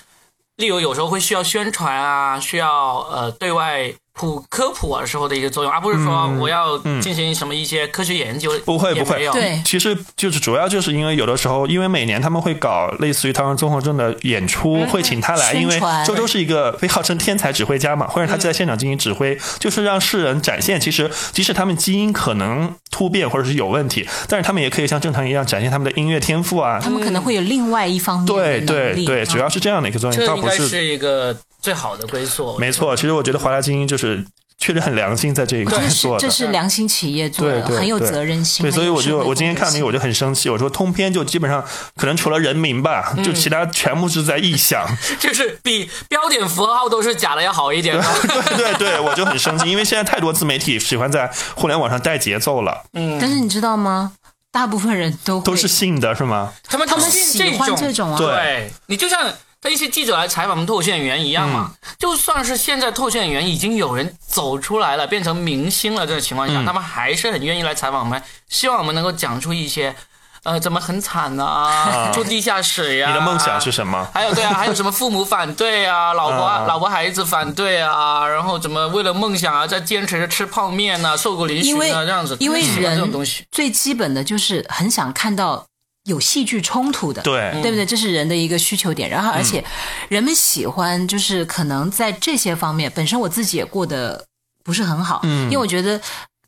[SPEAKER 1] 例如有时候会需要宣传啊，需要呃对外普科普啊的时候的一个作用，而不是说我要进行什么一些科学研究，
[SPEAKER 3] 嗯不会
[SPEAKER 1] 也
[SPEAKER 3] 不会
[SPEAKER 1] 没有
[SPEAKER 2] 对
[SPEAKER 3] 其实就是主要就是因为有的时候，因为每年他们会搞类似于唐人综合症的演出，会请他来，
[SPEAKER 2] 宣
[SPEAKER 3] 因为
[SPEAKER 2] 传
[SPEAKER 3] 周周是一个被号称天才指挥家嘛，会让他在现场进行指挥，就是让世人展现，其实即使他们基因可能突变或者是有问题，但是他们也可以像正常一样展现他们的音乐天赋啊。
[SPEAKER 2] 他们可能会有另外一方面
[SPEAKER 3] 对
[SPEAKER 2] 的能
[SPEAKER 3] 对
[SPEAKER 2] 力
[SPEAKER 3] 对，
[SPEAKER 2] 嗯
[SPEAKER 3] 主要是这样的一个作用，
[SPEAKER 1] 这
[SPEAKER 3] 倒
[SPEAKER 1] 应
[SPEAKER 3] 不
[SPEAKER 1] 该
[SPEAKER 3] 是
[SPEAKER 1] 是一个最好的归宿。
[SPEAKER 3] 没错。其实我觉得华大基因就是确实很良心在这一块
[SPEAKER 2] 这
[SPEAKER 3] 做
[SPEAKER 2] 是
[SPEAKER 3] 的。
[SPEAKER 2] 这是良心企业做
[SPEAKER 3] 对
[SPEAKER 2] 的，
[SPEAKER 3] 对，
[SPEAKER 2] 很有
[SPEAKER 3] 对
[SPEAKER 2] 责任心。
[SPEAKER 3] 对，所以我
[SPEAKER 2] 很有
[SPEAKER 3] 就
[SPEAKER 2] 社会
[SPEAKER 3] 我今天
[SPEAKER 2] 责任
[SPEAKER 3] 看那个我就很生气，我说通篇就基本上可能除了人名吧，
[SPEAKER 2] 嗯
[SPEAKER 3] 就其他全部是在臆想。
[SPEAKER 1] 就是比标点符号都是假的要好一 点吧。
[SPEAKER 3] 对对对，我就很生气，因为现在太多自媒体喜欢在互联网上带节奏了，
[SPEAKER 1] 嗯
[SPEAKER 2] 心但是你知道吗？大部分人都
[SPEAKER 3] 都
[SPEAKER 2] 会
[SPEAKER 3] 是信的是吗？
[SPEAKER 1] 他们
[SPEAKER 2] 他们
[SPEAKER 1] 都信
[SPEAKER 2] 喜欢这种啊
[SPEAKER 3] 对
[SPEAKER 1] 对你就像跟一些记者来采访脱口秀演员一样嘛，
[SPEAKER 3] 嗯
[SPEAKER 1] 就算是现在脱口秀演员已经有人走出来了，变成明星了这个情况下，
[SPEAKER 3] 嗯
[SPEAKER 1] 他们还是很愿意来采访我们，希望我们能够讲出一些，呃，怎么很惨 啊，住地下室呀、
[SPEAKER 3] 你的梦想是什么？
[SPEAKER 1] 还有对啊，还有什么父母反对 啊，老婆、
[SPEAKER 3] 啊
[SPEAKER 1] 老婆孩子反对啊，然后怎么为了梦想啊，在坚持着吃泡面呐、瘦骨嶙
[SPEAKER 2] 因
[SPEAKER 1] 峋
[SPEAKER 2] 为
[SPEAKER 1] 啊这样子，
[SPEAKER 2] 因为
[SPEAKER 1] 喜欢这种东
[SPEAKER 2] 人
[SPEAKER 1] 西。
[SPEAKER 2] 最基本的就是很想看到有戏剧冲突的，
[SPEAKER 3] 对
[SPEAKER 2] 对嗯不对？这是人的一个需求点。然后，而且人们喜欢就是可能在这些方面，本身我自己也过得不是很好，因为我觉得。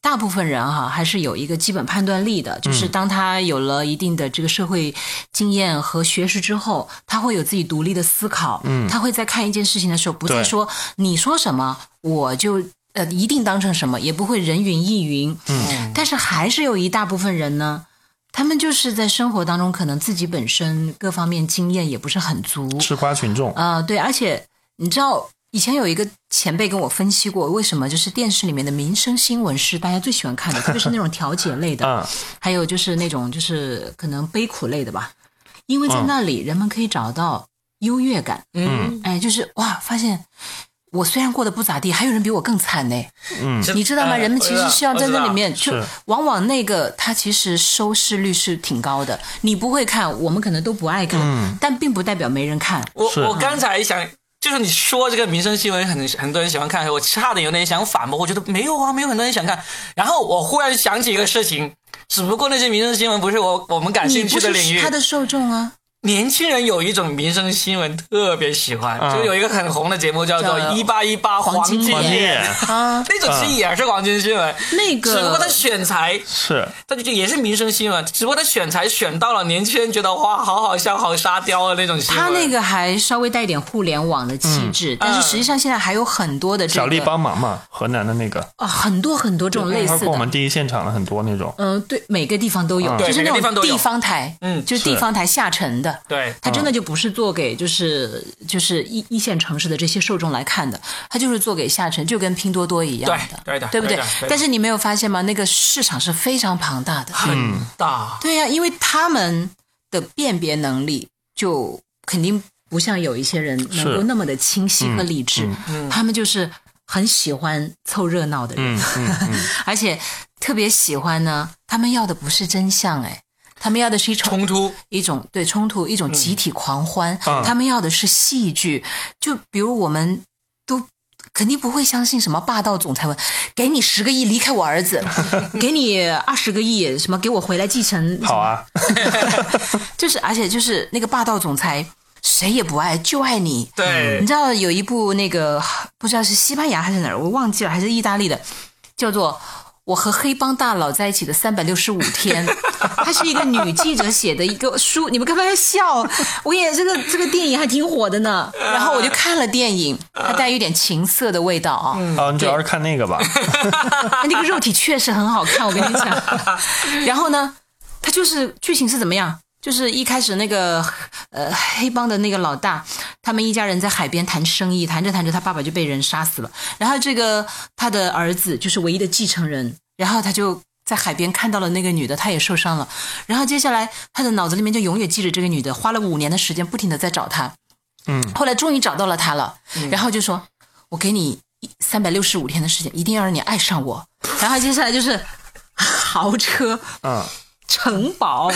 [SPEAKER 2] 大部分人哈、还是有一个基本判断力的，就是当他有了一定的这个社会经验和学识之后，他会有自己独立的思考，嗯，他会在看一件事情的时候，不再
[SPEAKER 3] 对
[SPEAKER 2] 说你说什么我就呃一定当成什么，也不会人云亦云，嗯，但是还是有一大部分人呢，他们就是在生活当中，可能自己本身各方面经验也不是很足，
[SPEAKER 3] 吃瓜群众，
[SPEAKER 2] 啊、对，而且你知道，以前有一个前辈跟我分析过，为什么就是电视里面的民生新闻是大家最喜欢看的，特别是那种调解类的，
[SPEAKER 3] 嗯，
[SPEAKER 2] 还有就是那种就是可能悲苦类的吧，因为在
[SPEAKER 3] 嗯
[SPEAKER 2] 那里人们可以找到优越感，
[SPEAKER 1] 嗯，
[SPEAKER 2] 哎，就是哇，发现。我虽然过得不咋地，还有人比我更惨呢，
[SPEAKER 3] 嗯
[SPEAKER 2] 你知道吗？
[SPEAKER 1] 哎
[SPEAKER 2] 人们其实是要在那里。面，就是往往那个它其实收视率是挺高的，你不会看，我们可能都不爱看，
[SPEAKER 1] 嗯
[SPEAKER 2] 但并不代表没人看。
[SPEAKER 1] 我
[SPEAKER 3] 是
[SPEAKER 1] 我刚才想，就是你说这个民生新闻很很多人喜欢看，我差点有点想反驳，我觉得没有啊，没有很多人想看。然后我忽然想起一个事情，只不过那些民生新闻不是我我们感
[SPEAKER 2] 你
[SPEAKER 1] 兴趣
[SPEAKER 2] 不是
[SPEAKER 1] 领域
[SPEAKER 2] 他。的受众啊，
[SPEAKER 1] 年轻人有一种民生新闻特别喜欢，就有一个很红的节目叫做
[SPEAKER 2] 叫
[SPEAKER 1] 《一八一八
[SPEAKER 2] 黄金
[SPEAKER 1] 金
[SPEAKER 2] 眼
[SPEAKER 3] 啊黄金
[SPEAKER 1] 眼
[SPEAKER 3] 眼》
[SPEAKER 2] 啊，
[SPEAKER 1] 那种其实也是黄金新闻，
[SPEAKER 2] 那
[SPEAKER 1] 只不过他
[SPEAKER 2] 个
[SPEAKER 1] 选材
[SPEAKER 3] 是
[SPEAKER 1] 他就也是民生新闻，只不过他选材选到了年轻人觉得哇，好好笑、好沙雕的啊那种新闻。
[SPEAKER 2] 他那个还稍微带一点互联网的气质，
[SPEAKER 1] 嗯
[SPEAKER 2] 但是实际上现在还有很多的这个
[SPEAKER 3] 小丽帮忙嘛，河南的那个，
[SPEAKER 2] 啊，很多很多这种类
[SPEAKER 3] 他
[SPEAKER 2] 似
[SPEAKER 3] 跟我们
[SPEAKER 2] 的。
[SPEAKER 3] 第一现场了很多那种，
[SPEAKER 2] 嗯，对，每个地方都有，
[SPEAKER 3] 嗯
[SPEAKER 2] 就是
[SPEAKER 1] 对每
[SPEAKER 2] 那
[SPEAKER 1] 个地方
[SPEAKER 2] 种
[SPEAKER 1] 都有
[SPEAKER 2] 地方台，
[SPEAKER 1] 嗯
[SPEAKER 2] 就是地
[SPEAKER 3] 是
[SPEAKER 2] 方台下沉的，
[SPEAKER 1] 对，
[SPEAKER 2] 它真的就不是做给就是就是一一线城市的这些受众来看的，它就是做给下沉，就跟拼多多一样的，
[SPEAKER 1] 对对的
[SPEAKER 2] 不对
[SPEAKER 1] 对的对的
[SPEAKER 2] 但是你没有发现吗？那个市场是非常庞大的，
[SPEAKER 1] 很大。
[SPEAKER 2] 对呀、因为他们的辨别能力就肯定不像有一些人能够那么的清晰
[SPEAKER 1] 嗯
[SPEAKER 2] 和理智，他们就是很喜欢凑热闹的人，
[SPEAKER 3] 嗯
[SPEAKER 1] 嗯
[SPEAKER 2] 而且特别喜欢呢，他们要的不是真相，哎，他们要的是一种
[SPEAKER 1] 冲突，
[SPEAKER 2] 一种对冲突，一种集体狂欢。
[SPEAKER 3] 嗯
[SPEAKER 2] 他们要的是戏剧，就比如我们都肯定不会相信什么霸道总裁文，给你十个亿离开我儿子，给你二十个亿什么给我回来继承。
[SPEAKER 3] 好，啊，
[SPEAKER 2] 就是而且就是那个霸道总裁。谁也不爱，就爱你。
[SPEAKER 1] 对
[SPEAKER 3] 嗯
[SPEAKER 2] 你知道有一部那个不知道是西班牙还是哪儿，我忘记了，还是意大利的，叫做《我和黑帮大佬在一起的三百六十五天》， 它是一个女记者写的一个书。你们干嘛要笑？我也这个这个电影还挺火的呢。然后我就看了电影，它带有一点情色的味道啊、
[SPEAKER 3] 啊，你主要是看那 个吧，
[SPEAKER 2] 那个肉体确实很好看，我跟你讲。然后呢，它就是剧情是怎么样？就是一开始那个呃黑帮的那个老大，他们一家人在海边谈生意，谈着谈着，他爸爸就被人杀死了。然后这个他的儿子就是唯一的继承人，然后他就在海边看到了那个女的，他也受伤了。然后接下来他的脑子里面就永远记着这个女的，花了五年的时间不停的在找她。
[SPEAKER 3] 嗯，
[SPEAKER 2] 后来终于找到了她了，然后就说：“我给你三百六十五天的时间，一定要让你爱上我。”然后接下来就是豪车，
[SPEAKER 3] 嗯，
[SPEAKER 2] 城堡，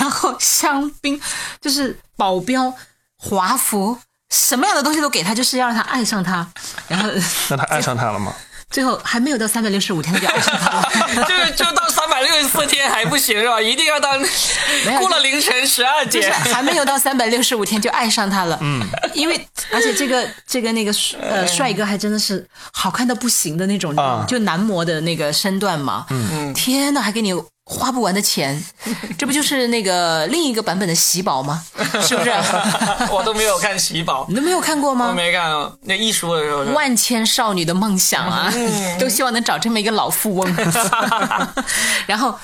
[SPEAKER 2] 然后香槟，就是保镖、华服，什么样的东西都给他，就是要让他爱上他。然后
[SPEAKER 3] 那他爱上他了吗？
[SPEAKER 2] 最后还没有到三百六十五天，他就爱上他了。
[SPEAKER 1] 就就到三百六十四天还不行是吧？一定要到
[SPEAKER 2] 有
[SPEAKER 1] 过了凌晨十二
[SPEAKER 2] 就是
[SPEAKER 1] 点。
[SPEAKER 2] 还没有到三百六十五天就爱上他了，嗯，因为而且这个这个那个呃帅哥还真的是好看到不行的那种，
[SPEAKER 3] 啊
[SPEAKER 2] 就男模的那个身段嘛，嗯，天呐，还给你花不完的钱，这不就是那个另一个版本的喜宝吗？是不是？
[SPEAKER 1] 我都没有看喜宝，
[SPEAKER 2] 你都没有看过
[SPEAKER 1] 我
[SPEAKER 2] 吗？
[SPEAKER 1] 没看啊那一书的时候是。
[SPEAKER 2] 万千少女的梦想啊， 都希望能找这么一个老 富翁。 然后，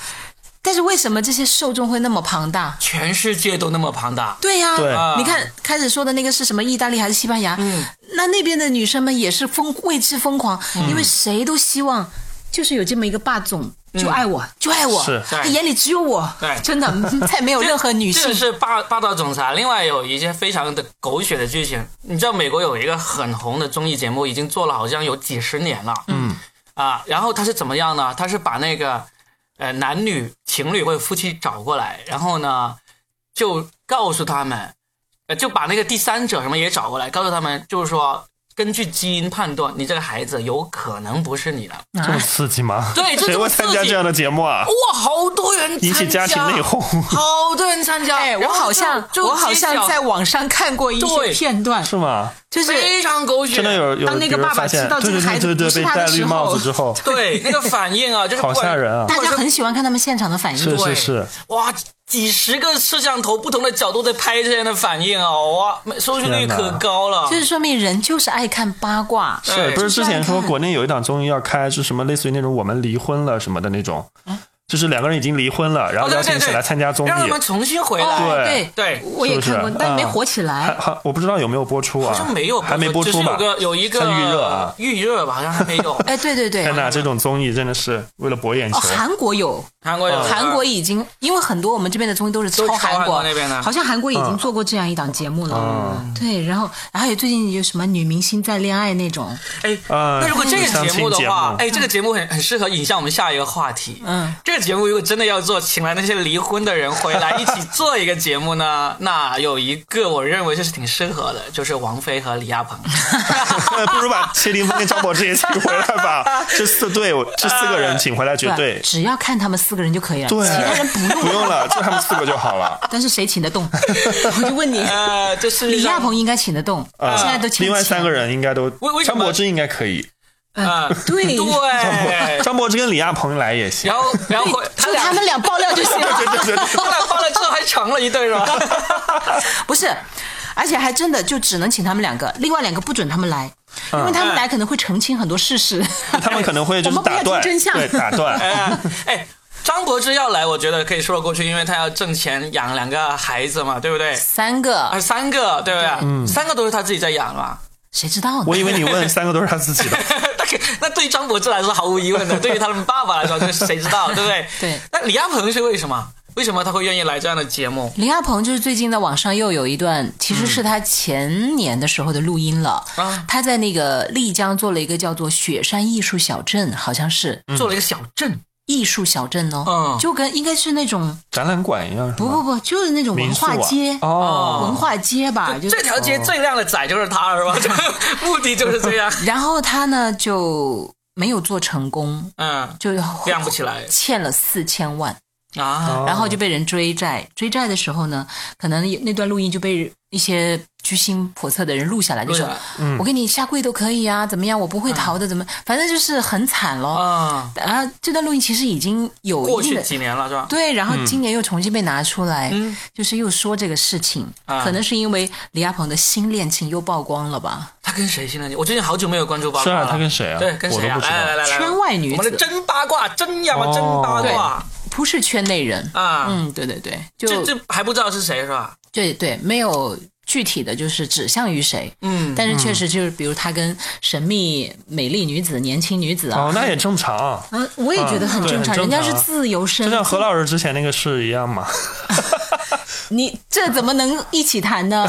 [SPEAKER 2] 但是为什么这些受众会那么庞大？
[SPEAKER 1] 全世界都那么庞大，
[SPEAKER 2] 对呀、
[SPEAKER 3] 对
[SPEAKER 2] 你看开始说的那个是什么？意大利还是西班牙？嗯，那那边的女生们也是疯为之疯狂，
[SPEAKER 3] 嗯
[SPEAKER 2] 因为谁都希望就是有这么一个霸总。就爱我，就爱我，
[SPEAKER 3] 嗯是
[SPEAKER 2] 他
[SPEAKER 1] 对
[SPEAKER 2] 眼里只有我，
[SPEAKER 1] 对
[SPEAKER 2] 真的，再没有任何女
[SPEAKER 1] 这
[SPEAKER 2] 性
[SPEAKER 1] 个。是霸霸道总裁。另外有一些非常的狗血的剧情，你知道美国有一个很红的综艺节目，已经做了好像有几十年了。嗯啊，然后他是怎么样呢？他是把那个呃男女情侣或者夫妻找过来，然后呢就告诉他们，呃就把那个第三者什么也找过来，告诉他们就是说。根据基因判断，你这个孩子有可能不是你的。
[SPEAKER 2] 啊
[SPEAKER 3] 这么刺激吗？
[SPEAKER 1] 对这
[SPEAKER 3] 谁
[SPEAKER 1] 这么
[SPEAKER 3] 会参加
[SPEAKER 1] 刺激
[SPEAKER 3] 这样的节目啊？
[SPEAKER 1] 哇，好多人参加，
[SPEAKER 3] 引起家庭内讧，
[SPEAKER 1] 好多人参加。
[SPEAKER 2] 哎，我
[SPEAKER 1] 然后
[SPEAKER 2] 好
[SPEAKER 1] 就
[SPEAKER 2] 像
[SPEAKER 1] 就
[SPEAKER 2] 我好
[SPEAKER 1] 揭晓
[SPEAKER 2] 像在网上看过一些
[SPEAKER 1] 对
[SPEAKER 2] 片段，
[SPEAKER 3] 是吗？
[SPEAKER 2] 就是
[SPEAKER 1] 非常狗血，
[SPEAKER 3] 真的有有
[SPEAKER 2] 当那个
[SPEAKER 3] 比如
[SPEAKER 2] 爸爸
[SPEAKER 3] 发现
[SPEAKER 2] 知道这个
[SPEAKER 3] 对对
[SPEAKER 2] 孩子
[SPEAKER 3] 对对
[SPEAKER 2] 不是
[SPEAKER 3] 对被
[SPEAKER 2] 他的
[SPEAKER 3] 戴
[SPEAKER 2] 时
[SPEAKER 3] 绿
[SPEAKER 2] 候
[SPEAKER 3] 帽子之后，
[SPEAKER 1] 对那个反应啊，就是
[SPEAKER 3] 好
[SPEAKER 1] 不管
[SPEAKER 3] 吓人啊！
[SPEAKER 2] 大家很喜欢看他们现场的反应。
[SPEAKER 3] 是
[SPEAKER 1] 对
[SPEAKER 3] 是是，
[SPEAKER 1] 哇，几十个摄像头不同的角度在拍这样的反应啊，哇，收视率
[SPEAKER 3] 天哪
[SPEAKER 1] 可高了
[SPEAKER 2] 就。是说明人就是爱看八卦，
[SPEAKER 1] 对
[SPEAKER 3] 是不是之前说国内有一档综艺要开，是什么类似于那种我们离婚了什么的那种，就是两个人已经离婚了，然后
[SPEAKER 1] 哦对
[SPEAKER 3] 邀
[SPEAKER 1] 对
[SPEAKER 3] 请
[SPEAKER 1] 对
[SPEAKER 3] 起来参加综艺，
[SPEAKER 1] 让他们重新回
[SPEAKER 2] 哦
[SPEAKER 1] 来。
[SPEAKER 3] 对啊
[SPEAKER 1] 对
[SPEAKER 2] 我也
[SPEAKER 3] 是不是
[SPEAKER 2] 看过，但没
[SPEAKER 3] 嗯
[SPEAKER 2] 火起来。。
[SPEAKER 3] 还还我不知道有没有播出啊？
[SPEAKER 1] 好像没有，
[SPEAKER 3] 还没播
[SPEAKER 1] 只
[SPEAKER 3] 出
[SPEAKER 1] 是有
[SPEAKER 3] 吧？
[SPEAKER 1] 个有一个
[SPEAKER 3] 像预热啊！
[SPEAKER 1] 预热吧，好像还没有
[SPEAKER 2] 哎，对对对，
[SPEAKER 3] 天哪，这种综艺真的是为了博眼球
[SPEAKER 2] 哦，，韩国有，
[SPEAKER 1] 韩国有，
[SPEAKER 2] 韩国已经，因为很多我们这边的综艺都是抄
[SPEAKER 1] 都抄
[SPEAKER 2] 韩
[SPEAKER 1] 韩
[SPEAKER 2] 国
[SPEAKER 1] 国那边的
[SPEAKER 2] 好像韩国已经做过这样一档节目了。
[SPEAKER 3] 嗯
[SPEAKER 2] 对，然后还有最近有什么女明星在恋爱那种，
[SPEAKER 1] 哎，
[SPEAKER 3] 嗯
[SPEAKER 1] 那如果这个节目的话
[SPEAKER 3] 相亲节目，
[SPEAKER 1] 哎，这个节目很很适合引向我们下一个话题。
[SPEAKER 2] 嗯，
[SPEAKER 1] 这个节目如果真的要做，请来那些离婚的人回来一起做一个节目呢， 那有一个我认为就是挺适合的，就是王菲和李亚鹏。
[SPEAKER 3] 不如把谢霆锋跟张柏芝也请回来吧，这四对，我这四个人请回来绝对
[SPEAKER 2] 只要看他们四个人就可以了，
[SPEAKER 3] 对，
[SPEAKER 2] 其他人不用。
[SPEAKER 3] 不用了，就他们四个就好了。
[SPEAKER 2] 但是谁请得 动？我就问你，
[SPEAKER 1] 呃，这是
[SPEAKER 2] 李亚鹏应该请得动，
[SPEAKER 3] 啊
[SPEAKER 2] 现在都请不起
[SPEAKER 3] 另外三个人应该都
[SPEAKER 1] 为为，什
[SPEAKER 3] 张
[SPEAKER 1] 么
[SPEAKER 3] 柏芝应该可以，
[SPEAKER 1] 啊，
[SPEAKER 2] 对
[SPEAKER 1] 对。
[SPEAKER 3] 张柏芝跟李亚鹏来也行。
[SPEAKER 1] 然后，然后 他
[SPEAKER 2] 就
[SPEAKER 1] 俩
[SPEAKER 2] 他们俩爆料就行了。
[SPEAKER 3] 对对对对，
[SPEAKER 1] 他俩放了之后还成了一对是吧？
[SPEAKER 2] 不是，而且还真的就只能请他们两个，另外两个不准他们来，因
[SPEAKER 3] 嗯
[SPEAKER 2] 为他们来可能会澄清很多事实。
[SPEAKER 1] 嗯
[SPEAKER 3] 他们可能会就
[SPEAKER 2] 我
[SPEAKER 3] 是
[SPEAKER 2] 们不要
[SPEAKER 3] 打断，
[SPEAKER 2] 听真相
[SPEAKER 3] 对打断，
[SPEAKER 1] 哎哎，张柏芝要来，我觉得可以说得过去，因为她要挣钱养两个孩子嘛，对不对？
[SPEAKER 2] 三个
[SPEAKER 1] 啊，，三个对不对？
[SPEAKER 3] 嗯
[SPEAKER 1] 三个都是她自己在养嘛。
[SPEAKER 2] 谁知道呢？
[SPEAKER 3] 我以为你问三个都是他自己的，
[SPEAKER 1] 那可那对于张柏芝来说毫无疑问 的，对于他们爸爸来说，这谁知道，对不对？
[SPEAKER 2] 对。
[SPEAKER 1] 那李亚鹏是为什么？为什么他会愿意来这样的节目？
[SPEAKER 2] 林亚鹏就是最近在网上又有一段，其实是他前年的时候的录音了。
[SPEAKER 1] 嗯啊
[SPEAKER 2] 他在那个丽江做了一个叫做雪山艺术小镇，好像是、
[SPEAKER 1] 做了一个小镇，
[SPEAKER 2] 艺术小镇哦，
[SPEAKER 1] 嗯
[SPEAKER 2] 就跟应该是那种
[SPEAKER 3] 展览馆一样，
[SPEAKER 2] 不不不，就是那种文化街、
[SPEAKER 3] 民宿啊哦
[SPEAKER 2] 文化街吧，啊就
[SPEAKER 1] 这条街最靓的仔就是他，是吧？ 这目的就是这样。
[SPEAKER 2] 然后他呢就没有做成功，
[SPEAKER 1] 嗯
[SPEAKER 2] 就
[SPEAKER 1] 亮不起来
[SPEAKER 2] 欠了四千万。
[SPEAKER 1] 啊，
[SPEAKER 2] 然后就被人追债。追债的时候呢，可能那段录音就被一些居心叵测的人录下来，就
[SPEAKER 1] 录下
[SPEAKER 2] 说
[SPEAKER 1] 来：“嗯
[SPEAKER 2] 我给你下跪都可以啊，怎么样？我不会逃的，怎么？反正就是很惨咯。
[SPEAKER 1] 啊，
[SPEAKER 2] 啊，这段录音其实已经有
[SPEAKER 1] 过
[SPEAKER 2] 一定
[SPEAKER 1] 去
[SPEAKER 2] 的。
[SPEAKER 1] 几嗯年了是吧？
[SPEAKER 2] 对，然后今年又重新被拿出来，就是又说这个事情，
[SPEAKER 1] 啊
[SPEAKER 2] 可能是因为李亚鹏的新恋情又曝光了吧？
[SPEAKER 1] 他跟谁现在？我最近好久没有关注八卦
[SPEAKER 3] 是啊
[SPEAKER 1] 了。
[SPEAKER 3] 他跟谁啊
[SPEAKER 1] 对，跟谁啊？
[SPEAKER 3] 我都不知道
[SPEAKER 1] 来来来来，
[SPEAKER 2] 圈外女子
[SPEAKER 1] 我们的真八卦，真呀嘛，
[SPEAKER 3] 哦
[SPEAKER 1] 真八卦
[SPEAKER 2] 不是圈内人，
[SPEAKER 1] 啊！
[SPEAKER 2] 嗯，对对对，就
[SPEAKER 1] 这这还不知道是谁是吧？
[SPEAKER 2] 对对，没有具体的就是指向于谁。
[SPEAKER 1] 嗯，
[SPEAKER 2] 但是确实就是，比如他跟神秘美丽女子、年轻女子啊，
[SPEAKER 3] 哦，那也正常，
[SPEAKER 2] 啊，我也觉得很
[SPEAKER 3] 嗯对
[SPEAKER 2] 正常，
[SPEAKER 3] 很
[SPEAKER 2] 人
[SPEAKER 3] 正
[SPEAKER 2] 家是
[SPEAKER 3] 常
[SPEAKER 2] 自由身
[SPEAKER 3] 就，像何老师之前那个事一样嘛。
[SPEAKER 2] 你这怎么能一起谈 呢？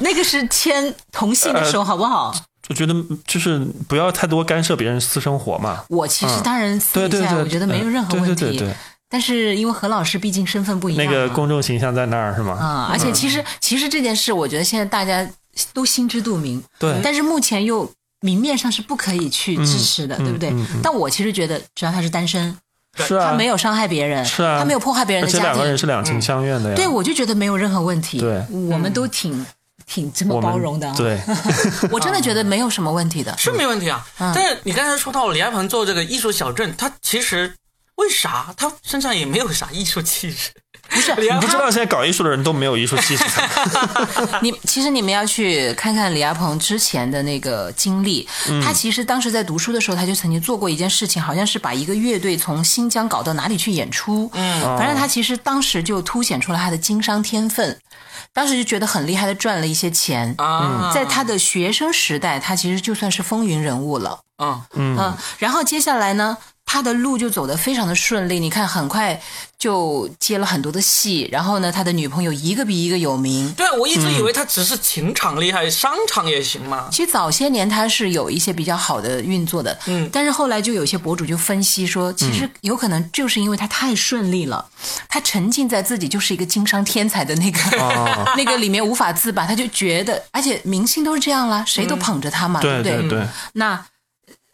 [SPEAKER 2] 那个是牵同性的手，
[SPEAKER 3] 呃
[SPEAKER 2] 好不好？
[SPEAKER 3] 我觉得就是不要太多干涉别人私生活嘛。
[SPEAKER 2] 我其实
[SPEAKER 3] 嗯
[SPEAKER 2] 当然私
[SPEAKER 3] 对
[SPEAKER 2] 底
[SPEAKER 3] 对
[SPEAKER 2] 下
[SPEAKER 3] 对，
[SPEAKER 2] 我觉得没有任何
[SPEAKER 3] 嗯
[SPEAKER 2] 问题，啊
[SPEAKER 3] 对对对对，
[SPEAKER 2] 但是因为何老师毕竟身份不一样
[SPEAKER 3] 那
[SPEAKER 2] 嘛，
[SPEAKER 3] 个公众形象在那儿是吗？
[SPEAKER 2] 啊，而且其实其实这件事，我觉得现在大家都心知肚明，
[SPEAKER 3] 对
[SPEAKER 2] 但是目前又明面上是不可以去支持的，
[SPEAKER 3] 嗯
[SPEAKER 2] 对不对？
[SPEAKER 3] 嗯嗯
[SPEAKER 2] 但我其实觉得，只要他是单身，
[SPEAKER 3] 是啊，
[SPEAKER 2] 他没有伤害别人，
[SPEAKER 3] 是啊
[SPEAKER 2] 他没有破坏别人
[SPEAKER 3] 而
[SPEAKER 2] 的
[SPEAKER 3] 且
[SPEAKER 2] 家
[SPEAKER 3] 两个人
[SPEAKER 2] 庭，嗯
[SPEAKER 3] 是两情相悦的呀。
[SPEAKER 2] 对我就觉得没有任何问题。
[SPEAKER 3] 对嗯
[SPEAKER 2] 我们都挺挺这
[SPEAKER 3] 我
[SPEAKER 2] 么
[SPEAKER 3] 们
[SPEAKER 2] 包容的啊，
[SPEAKER 3] 对，
[SPEAKER 2] 我真的觉得没有什么问题的。
[SPEAKER 1] 是没问题啊。
[SPEAKER 2] 嗯
[SPEAKER 1] 但是你刚才说到李亚鹏做这个艺术小镇，他其实为啥他身上也没有啥艺术气质？不是，李
[SPEAKER 3] 你
[SPEAKER 1] 亚
[SPEAKER 3] 不
[SPEAKER 1] 鹏
[SPEAKER 3] 知道现在搞艺术的人都没有艺术气质，
[SPEAKER 2] 你其实你们要去看看李亚鹏之前的那个经历，他其实当时在读书的时候，他就曾经做过一件事情，好像是把一个乐队从新疆搞到哪里去演出。嗯，反正他其实当时就凸显出了他的经商天分，当时就觉得很厉害的赚了一些钱。
[SPEAKER 1] 啊，
[SPEAKER 2] 在他的学生时代，他其实就算是风云人物了。
[SPEAKER 1] 嗯，
[SPEAKER 2] 嗯、然后接下来呢，他的路就走得非常的顺利。你看，很快就接了很多的戏，然后呢，他的女朋友一个比一个有名。
[SPEAKER 1] 对啊，我一直以为他只是情场厉害，商场也行嘛。
[SPEAKER 2] 其实早些年它是有一些比较好的运作的，
[SPEAKER 1] 嗯
[SPEAKER 2] 但是后来就有些博主就分析说，其实有可能就是因为他太顺利了，他沉浸在自己就是一个经商天才的那个、
[SPEAKER 3] 哦
[SPEAKER 2] 那个里面无法自拔，他就觉得，而且明星都是这样啦，谁都捧着他嘛，
[SPEAKER 3] 对
[SPEAKER 2] 不对？
[SPEAKER 3] 嗯对对，
[SPEAKER 2] 那。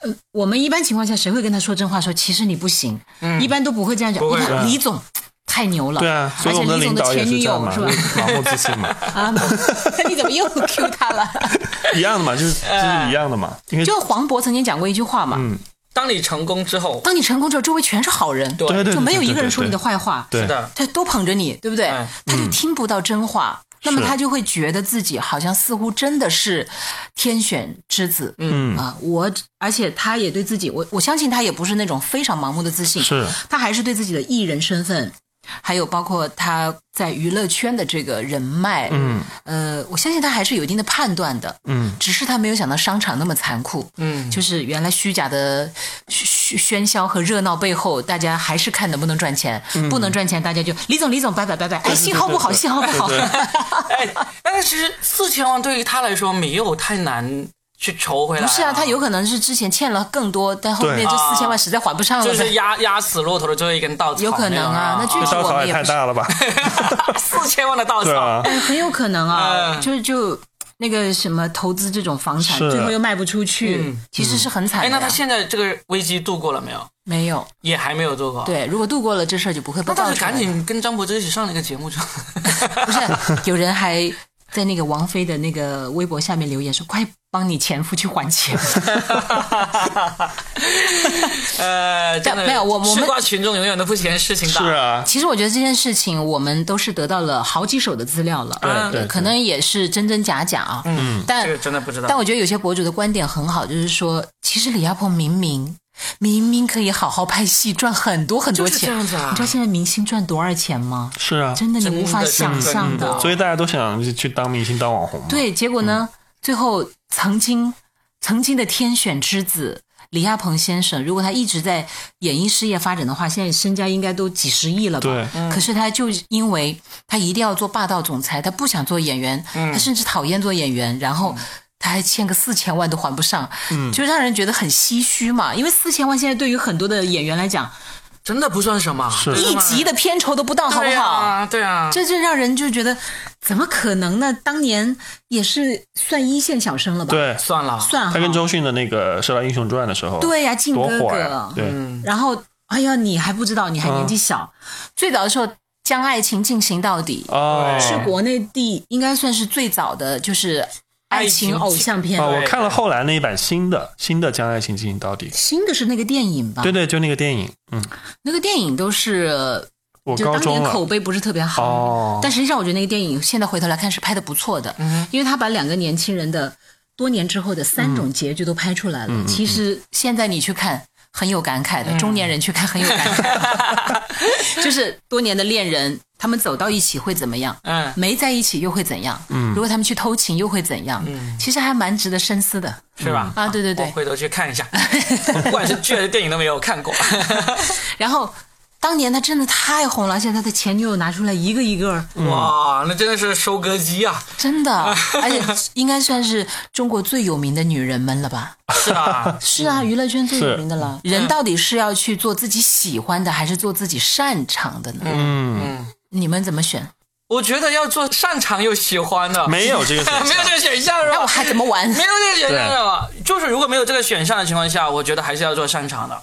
[SPEAKER 2] 呃，我们一般情况下谁会跟他说真话说其实你不行，
[SPEAKER 3] 嗯
[SPEAKER 2] 一般都不会这样讲。
[SPEAKER 1] 不会
[SPEAKER 2] 你看
[SPEAKER 3] 的
[SPEAKER 2] 李总太牛了，
[SPEAKER 3] 对啊，所
[SPEAKER 2] 而
[SPEAKER 3] 以我
[SPEAKER 2] 且
[SPEAKER 3] 们的
[SPEAKER 2] 李
[SPEAKER 3] 领
[SPEAKER 2] 总的
[SPEAKER 3] 导也
[SPEAKER 2] 前
[SPEAKER 3] 是
[SPEAKER 2] 女
[SPEAKER 3] 这样
[SPEAKER 2] 友
[SPEAKER 3] 嘛，
[SPEAKER 2] 是吧？
[SPEAKER 3] 盲目自信 嘛，
[SPEAKER 2] 啊，你怎么又 Q 他 了？
[SPEAKER 3] 一样的嘛，就是就是一样的嘛，因为
[SPEAKER 2] 哎就黄渤曾经讲过一句话嘛，
[SPEAKER 1] 当你成功之后，
[SPEAKER 2] 当你成功之后，周围全是好人，
[SPEAKER 1] 对
[SPEAKER 3] 对对，
[SPEAKER 2] 就没有
[SPEAKER 3] 对
[SPEAKER 2] 一个人
[SPEAKER 3] 对
[SPEAKER 2] 说你的
[SPEAKER 3] 对
[SPEAKER 2] 坏话，
[SPEAKER 3] 对嗯
[SPEAKER 1] 是的，
[SPEAKER 2] 他都捧着你，对不对
[SPEAKER 1] 哎？
[SPEAKER 2] 他就听不到真话，那么
[SPEAKER 3] 是
[SPEAKER 2] 他就会觉得自己好像似乎真的是天选之子，嗯啊，我而且他也对自己，我我相信他也不是那种非常盲目的自信，
[SPEAKER 3] 是
[SPEAKER 2] 他还是对自己的艺人身份。还有包括他在娱乐圈的这个人脉，嗯，呃，我相信他还是有一定的判断的，
[SPEAKER 3] 嗯，
[SPEAKER 2] 只是他没有想到商场那么残酷，
[SPEAKER 1] 嗯
[SPEAKER 2] 就是原来虚假的喧喧嚣和热闹背后，大家还是看能不能赚钱，
[SPEAKER 1] 嗯
[SPEAKER 2] 不能赚钱，大家就李总李总拜拜拜拜，哎，信号不好，信号不好，
[SPEAKER 1] 哎，但是其实四千万对于他来说没有太难去筹回来。
[SPEAKER 2] 不是啊，他有可能是之前欠了更多，但后面这四千万实在还不上了，
[SPEAKER 1] 啊 就是压压死骆驼的最后一根稻草，
[SPEAKER 2] 有可能啊那具体
[SPEAKER 3] 稻
[SPEAKER 2] 我
[SPEAKER 3] 草
[SPEAKER 2] 们
[SPEAKER 3] 也
[SPEAKER 2] 也
[SPEAKER 3] 太
[SPEAKER 2] 不是
[SPEAKER 3] 大了吧，
[SPEAKER 1] 四千万的稻
[SPEAKER 3] 对
[SPEAKER 1] 草，
[SPEAKER 3] 啊，
[SPEAKER 2] 哎，很有可能啊，
[SPEAKER 1] 嗯
[SPEAKER 2] 就是就那个什么投资这种房产，
[SPEAKER 3] 是
[SPEAKER 2] 最后又卖不出去，其实是很惨
[SPEAKER 1] 哎，
[SPEAKER 2] 的呀、
[SPEAKER 1] 那他现在这个危机度过了没有？
[SPEAKER 2] 没有
[SPEAKER 1] 也还没有度过。，
[SPEAKER 2] 对，如果度过了这事儿就不会被
[SPEAKER 1] 那
[SPEAKER 2] 爆
[SPEAKER 1] 倒
[SPEAKER 2] 出
[SPEAKER 1] 是
[SPEAKER 2] 来。
[SPEAKER 1] 赶紧跟张柏芝一起上那个节目就。
[SPEAKER 2] 不是有 人还在那个王菲的那个微博下面留言说：“快帮你前夫去还钱。
[SPEAKER 1] 呃，真的
[SPEAKER 2] 没有我我们
[SPEAKER 1] 吃瓜群众永远都不嫌事情大。
[SPEAKER 3] 是啊”，
[SPEAKER 2] 其实我觉得这件事情我们都是得到了好几手的资料了，
[SPEAKER 3] 对对，
[SPEAKER 2] 可能也是真真假假啊。嗯，但
[SPEAKER 1] 这个嗯真的不知道。
[SPEAKER 2] 但我觉得有些博主的观点很好，就是说，其实李亚鹏明明明明可以好好拍戏，赚很多很多
[SPEAKER 1] 就是
[SPEAKER 2] 钱。
[SPEAKER 1] 这样子啊
[SPEAKER 2] 你知道现在明星赚多少钱吗？
[SPEAKER 3] 是啊，嗯
[SPEAKER 2] 真的你
[SPEAKER 1] 真的
[SPEAKER 2] 无法想象
[SPEAKER 1] 真的
[SPEAKER 2] 的。
[SPEAKER 3] 所以大家都想去当明星、当网红嘛，
[SPEAKER 2] 对，结果
[SPEAKER 3] 嗯
[SPEAKER 2] 呢，最后曾经曾经的天选之子。李亚鹏先生，如果他一直在演艺事业发展的话，现在身家应该都几十亿了吧？
[SPEAKER 3] 对嗯
[SPEAKER 2] 可是他就因为他一定要做霸道总裁，他不想做演员，
[SPEAKER 3] 嗯
[SPEAKER 2] 他甚至讨厌做演员，然后他还欠个四千万都还不上，
[SPEAKER 3] 嗯
[SPEAKER 2] 就让人觉得很唏嘘嘛。因为四千万现在对于很多的演员来讲，
[SPEAKER 1] 真的不算什么，
[SPEAKER 3] 是
[SPEAKER 2] 一集的片酬都不到，好不
[SPEAKER 1] 对
[SPEAKER 2] 好？
[SPEAKER 1] 啊，对啊，
[SPEAKER 2] 这就让人就觉得，怎么可能呢？当年也是算一线小生了吧？，
[SPEAKER 3] 对，
[SPEAKER 1] 算了，
[SPEAKER 2] 算哈
[SPEAKER 3] 他跟周迅的那个《射雕英雄传》的时候，
[SPEAKER 2] 对呀、靖
[SPEAKER 3] 多
[SPEAKER 2] 哥
[SPEAKER 3] 火
[SPEAKER 2] 哥
[SPEAKER 3] 呀，，对，嗯
[SPEAKER 2] 然后哎呀，你还不知道，你还年纪小。最早的时候，《将爱情进行到底》
[SPEAKER 3] 哦，
[SPEAKER 2] 是国内第应该算是最早的，就是爱情偶像片。
[SPEAKER 3] 啊，
[SPEAKER 1] 对
[SPEAKER 3] 我看了后来那一版新的新的《将爱情进行到底》，
[SPEAKER 2] 新的是啊那个电影吧？
[SPEAKER 3] 对对，就那个电影，嗯，
[SPEAKER 2] 那个电影都是
[SPEAKER 3] 我
[SPEAKER 2] 就
[SPEAKER 3] 高
[SPEAKER 2] 当
[SPEAKER 3] 中
[SPEAKER 2] 年口
[SPEAKER 3] 了，
[SPEAKER 2] 碑不是特别好，
[SPEAKER 3] 哦嗯
[SPEAKER 2] 但实际上我觉得那个电影现在回头来看是拍的不错的，因为他把两个年轻人的多年之后的三
[SPEAKER 3] 嗯
[SPEAKER 2] 种结局都拍出来了。其实现在你去看
[SPEAKER 3] 嗯
[SPEAKER 2] 很有感慨的，中年人去看很有感慨，就是多年的恋人他们走到一起会怎么样？
[SPEAKER 1] 嗯
[SPEAKER 2] 没在一起又会怎样？嗯，如果他们去偷情又会怎样？嗯，其实还蛮值得深思的。
[SPEAKER 1] 是吧？
[SPEAKER 2] 啊对对对
[SPEAKER 1] 我回头去看一 下，不管是剧还是电影都没有看过。
[SPEAKER 2] 然后当年他真的太红了，而且他的前女友拿出来一个一个，
[SPEAKER 3] 嗯
[SPEAKER 1] 哇，那真的是收割机啊！
[SPEAKER 2] 真 的，而且应该算是中国最有名的女人们了吧？
[SPEAKER 1] 是 啊，
[SPEAKER 2] 是
[SPEAKER 3] 嗯
[SPEAKER 2] 啊，娱乐圈最有名的了。人到底是要去做自己喜欢的，还是做自己擅长的呢？
[SPEAKER 3] 嗯，
[SPEAKER 2] 你们怎么选？
[SPEAKER 1] 我觉得要做擅长又喜欢的，
[SPEAKER 3] 没有这个选 项
[SPEAKER 1] 没有这个选项是
[SPEAKER 2] 那
[SPEAKER 1] 吧？
[SPEAKER 2] 我还怎么 玩？
[SPEAKER 1] 没有这个选项是吧？就是如果没有这个选项的情况下，我觉得还是要做擅长的。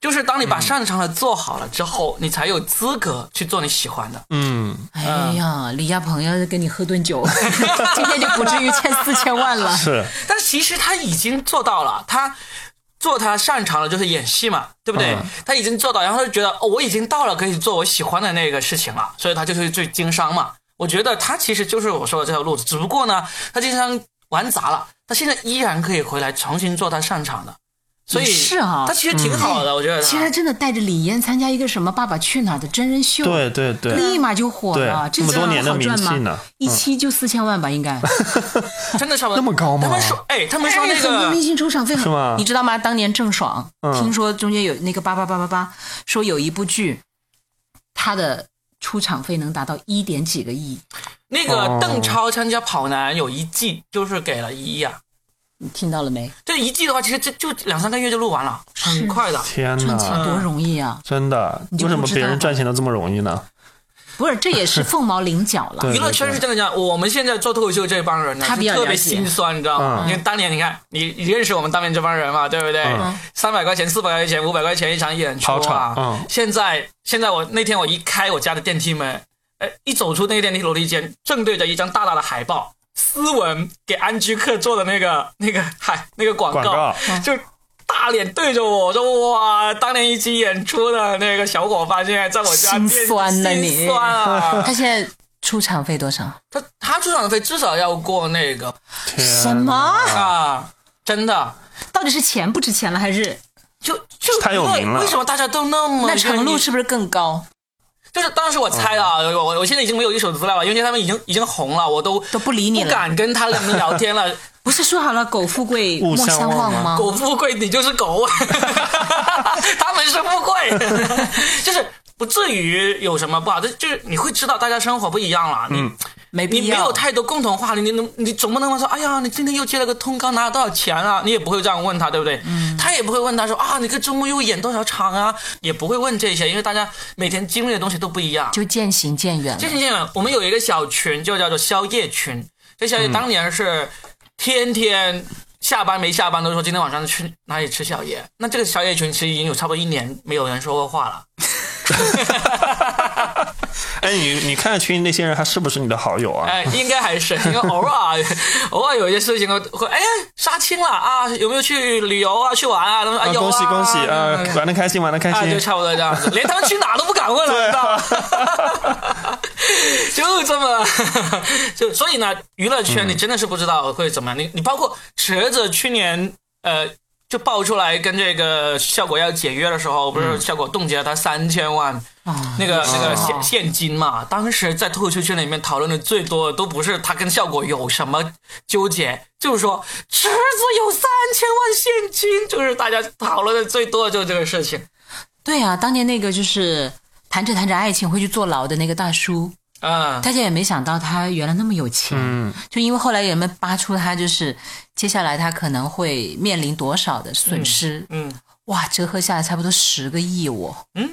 [SPEAKER 1] 就是当你把擅长的做好了之后，你才有资格去做你喜欢的。
[SPEAKER 3] 嗯，
[SPEAKER 2] 哎呀，李亚鹏要是跟你喝顿酒， 今天就不至于欠四千万 了。
[SPEAKER 3] 是，
[SPEAKER 1] 但其实他已经做到了，他做他擅长的就是演戏嘛，对不对？
[SPEAKER 3] 嗯
[SPEAKER 1] 他已经做到，然后他就觉得、哦、我已经到了可以做我喜欢的那个事情了，所以他就是去经商嘛。我觉得他其实就是我说的这条路子，只不过呢，他经商玩砸了，他现在依然可以回来重新做他擅长的，所以
[SPEAKER 2] 也是啊
[SPEAKER 1] 他其实挺好的，我觉得他。
[SPEAKER 2] 哎其实他真的带着李嫣参加一个什么《爸爸去哪儿》的真人秀，
[SPEAKER 3] 对对对。
[SPEAKER 2] 立马就火了。
[SPEAKER 3] 对
[SPEAKER 2] 这
[SPEAKER 3] 这么多年的
[SPEAKER 2] 好赚
[SPEAKER 3] 名气
[SPEAKER 2] 吗
[SPEAKER 3] 呢？嗯
[SPEAKER 2] 一期就四千万吧，应该。
[SPEAKER 1] 真的差不多
[SPEAKER 3] 那么高吗
[SPEAKER 1] 他们说，哎，他们说那
[SPEAKER 2] 哎很多
[SPEAKER 1] 个
[SPEAKER 2] 明星出场费很
[SPEAKER 3] 是吗
[SPEAKER 2] 你知道吗？当年郑爽、
[SPEAKER 3] 嗯
[SPEAKER 2] 听说中间有那个八八八八八，说有一部剧，他的出场费能达到一点几个亿，
[SPEAKER 1] 那个
[SPEAKER 3] 哦
[SPEAKER 1] 邓超参加跑男有一季，就是给了一亿啊。
[SPEAKER 2] 你听到了没？
[SPEAKER 1] 这一季的话，其实这就两三个月就录完了，很快的。
[SPEAKER 3] 天
[SPEAKER 2] 赚钱
[SPEAKER 3] 哪，
[SPEAKER 2] 多容易啊！
[SPEAKER 3] 真的，
[SPEAKER 2] 你就
[SPEAKER 3] 为什
[SPEAKER 2] 不
[SPEAKER 3] 么
[SPEAKER 2] 知
[SPEAKER 3] 别
[SPEAKER 2] 道
[SPEAKER 3] 人
[SPEAKER 2] 吗
[SPEAKER 3] 赚钱都这么容易呢？
[SPEAKER 2] 不是，这也是凤毛麟角了。
[SPEAKER 3] 对
[SPEAKER 1] 娱乐圈是这个样，我们现在做脱口秀这帮人呢，
[SPEAKER 2] 他
[SPEAKER 1] 是
[SPEAKER 2] 比较
[SPEAKER 1] 特别
[SPEAKER 2] 了解
[SPEAKER 1] 心酸，你知道吗？
[SPEAKER 3] 嗯
[SPEAKER 1] 你看当年，你看你你认识我们当年这帮人嘛，对不对
[SPEAKER 3] 嗯？
[SPEAKER 1] 三百块钱、四百块钱、五百块钱一场演出
[SPEAKER 3] 好
[SPEAKER 1] 啊
[SPEAKER 3] 吵嗯！
[SPEAKER 1] 现在现在我那天我一开我家的电梯门，哎，一走出那个电梯楼梯间，正对着一张大大的海报，斯文给安居客做的那个那个海那个广
[SPEAKER 3] 广告
[SPEAKER 1] 就大脸对着我，我说哇，当年一起演出的那个小伙伴，现在在我家
[SPEAKER 2] 心
[SPEAKER 1] 店
[SPEAKER 2] 酸呐你
[SPEAKER 1] 心酸啊！
[SPEAKER 2] 他现在出场费多少？
[SPEAKER 1] 他他出场费至少要过那个
[SPEAKER 3] 天
[SPEAKER 1] 呃
[SPEAKER 2] 什么？
[SPEAKER 1] 啊，真的。
[SPEAKER 2] 到底是钱不值钱了，还是
[SPEAKER 1] 就就
[SPEAKER 3] 太有
[SPEAKER 1] 因为
[SPEAKER 3] 名了
[SPEAKER 1] 为什么大家都那么
[SPEAKER 2] 那程
[SPEAKER 1] 愿
[SPEAKER 2] 度
[SPEAKER 1] 意
[SPEAKER 2] 是不是更高？
[SPEAKER 1] 就是当时我猜的啊，
[SPEAKER 3] 嗯
[SPEAKER 1] 我我我现在已经没有一手资料了，因为他们已经已经红了，我都
[SPEAKER 2] 都不理你
[SPEAKER 1] 不
[SPEAKER 2] 了？嗯
[SPEAKER 1] 敢跟他们聊天了。
[SPEAKER 2] 不是说好了狗富贵
[SPEAKER 3] 勿
[SPEAKER 2] 莫
[SPEAKER 3] 相
[SPEAKER 2] 相
[SPEAKER 3] 忘
[SPEAKER 2] 忘吗？
[SPEAKER 1] 狗富贵，你就是狗， 他们是富贵， 就是不至于有什么不好，就就是你会知道大家生活不一样了，你、
[SPEAKER 3] 嗯
[SPEAKER 2] 没
[SPEAKER 1] 你
[SPEAKER 2] 必
[SPEAKER 1] 没有
[SPEAKER 2] 要。
[SPEAKER 1] 太多共同话题，你能你总不能说，哎呀，你今天又接了个通告，拿了多少钱啊？你也不会这样问他，对不对？
[SPEAKER 2] 嗯
[SPEAKER 1] 他也不会问他说啊，你这周末又演多少场啊？也不会问这些，因为大家每天经历的东西都不一样。
[SPEAKER 2] 就渐行渐远
[SPEAKER 1] 这
[SPEAKER 2] 了。
[SPEAKER 1] 是这样，我们有一个小群，就叫做宵夜群。这宵夜当年是天天下班没下班都说今天晚上去哪里吃宵夜。那这个宵夜群其实已经有差不多一年没有人说过话了。
[SPEAKER 3] 哎，你你看看群里那些人，他是不是你的好友啊？
[SPEAKER 1] 哎，应该还是因为偶尔啊 偶尔有一些事情会哎杀青了啊，有没有去旅游啊去玩啊？他们说哎
[SPEAKER 3] 啊，
[SPEAKER 1] 有啊，
[SPEAKER 3] 恭喜恭喜啊！玩的开心，玩的开
[SPEAKER 1] 啊，就
[SPEAKER 3] 心。
[SPEAKER 1] 差不多这样子，连他们去哪都不敢问了，你知道吗？ 就这么，就所以呢，娱乐
[SPEAKER 3] 嗯
[SPEAKER 1] 圈你真的是不知道会怎么样。你你包括池子去年呃就爆出来跟这个效果要解约的时候，不
[SPEAKER 3] 嗯
[SPEAKER 1] 是效果冻结了他三千万。那个
[SPEAKER 3] 啊
[SPEAKER 1] 那个现现金嘛，当时在脱口秀圈里面讨论的最多的都不是他跟效果有什么纠结，就是说池子有三千万现金，就是大家讨论的最多的就是这个事情。
[SPEAKER 2] 对啊，当年那个就是谈着谈着爱情会去坐牢的那个大叔，
[SPEAKER 1] 嗯，
[SPEAKER 2] 大家也没想到他原来那么有钱。
[SPEAKER 3] 嗯，
[SPEAKER 2] 就因为后来人们扒出他，就是接下来他可能会面临多少的损失，
[SPEAKER 1] 嗯，
[SPEAKER 2] 哇，折合下来差不多十个亿哦。
[SPEAKER 1] 嗯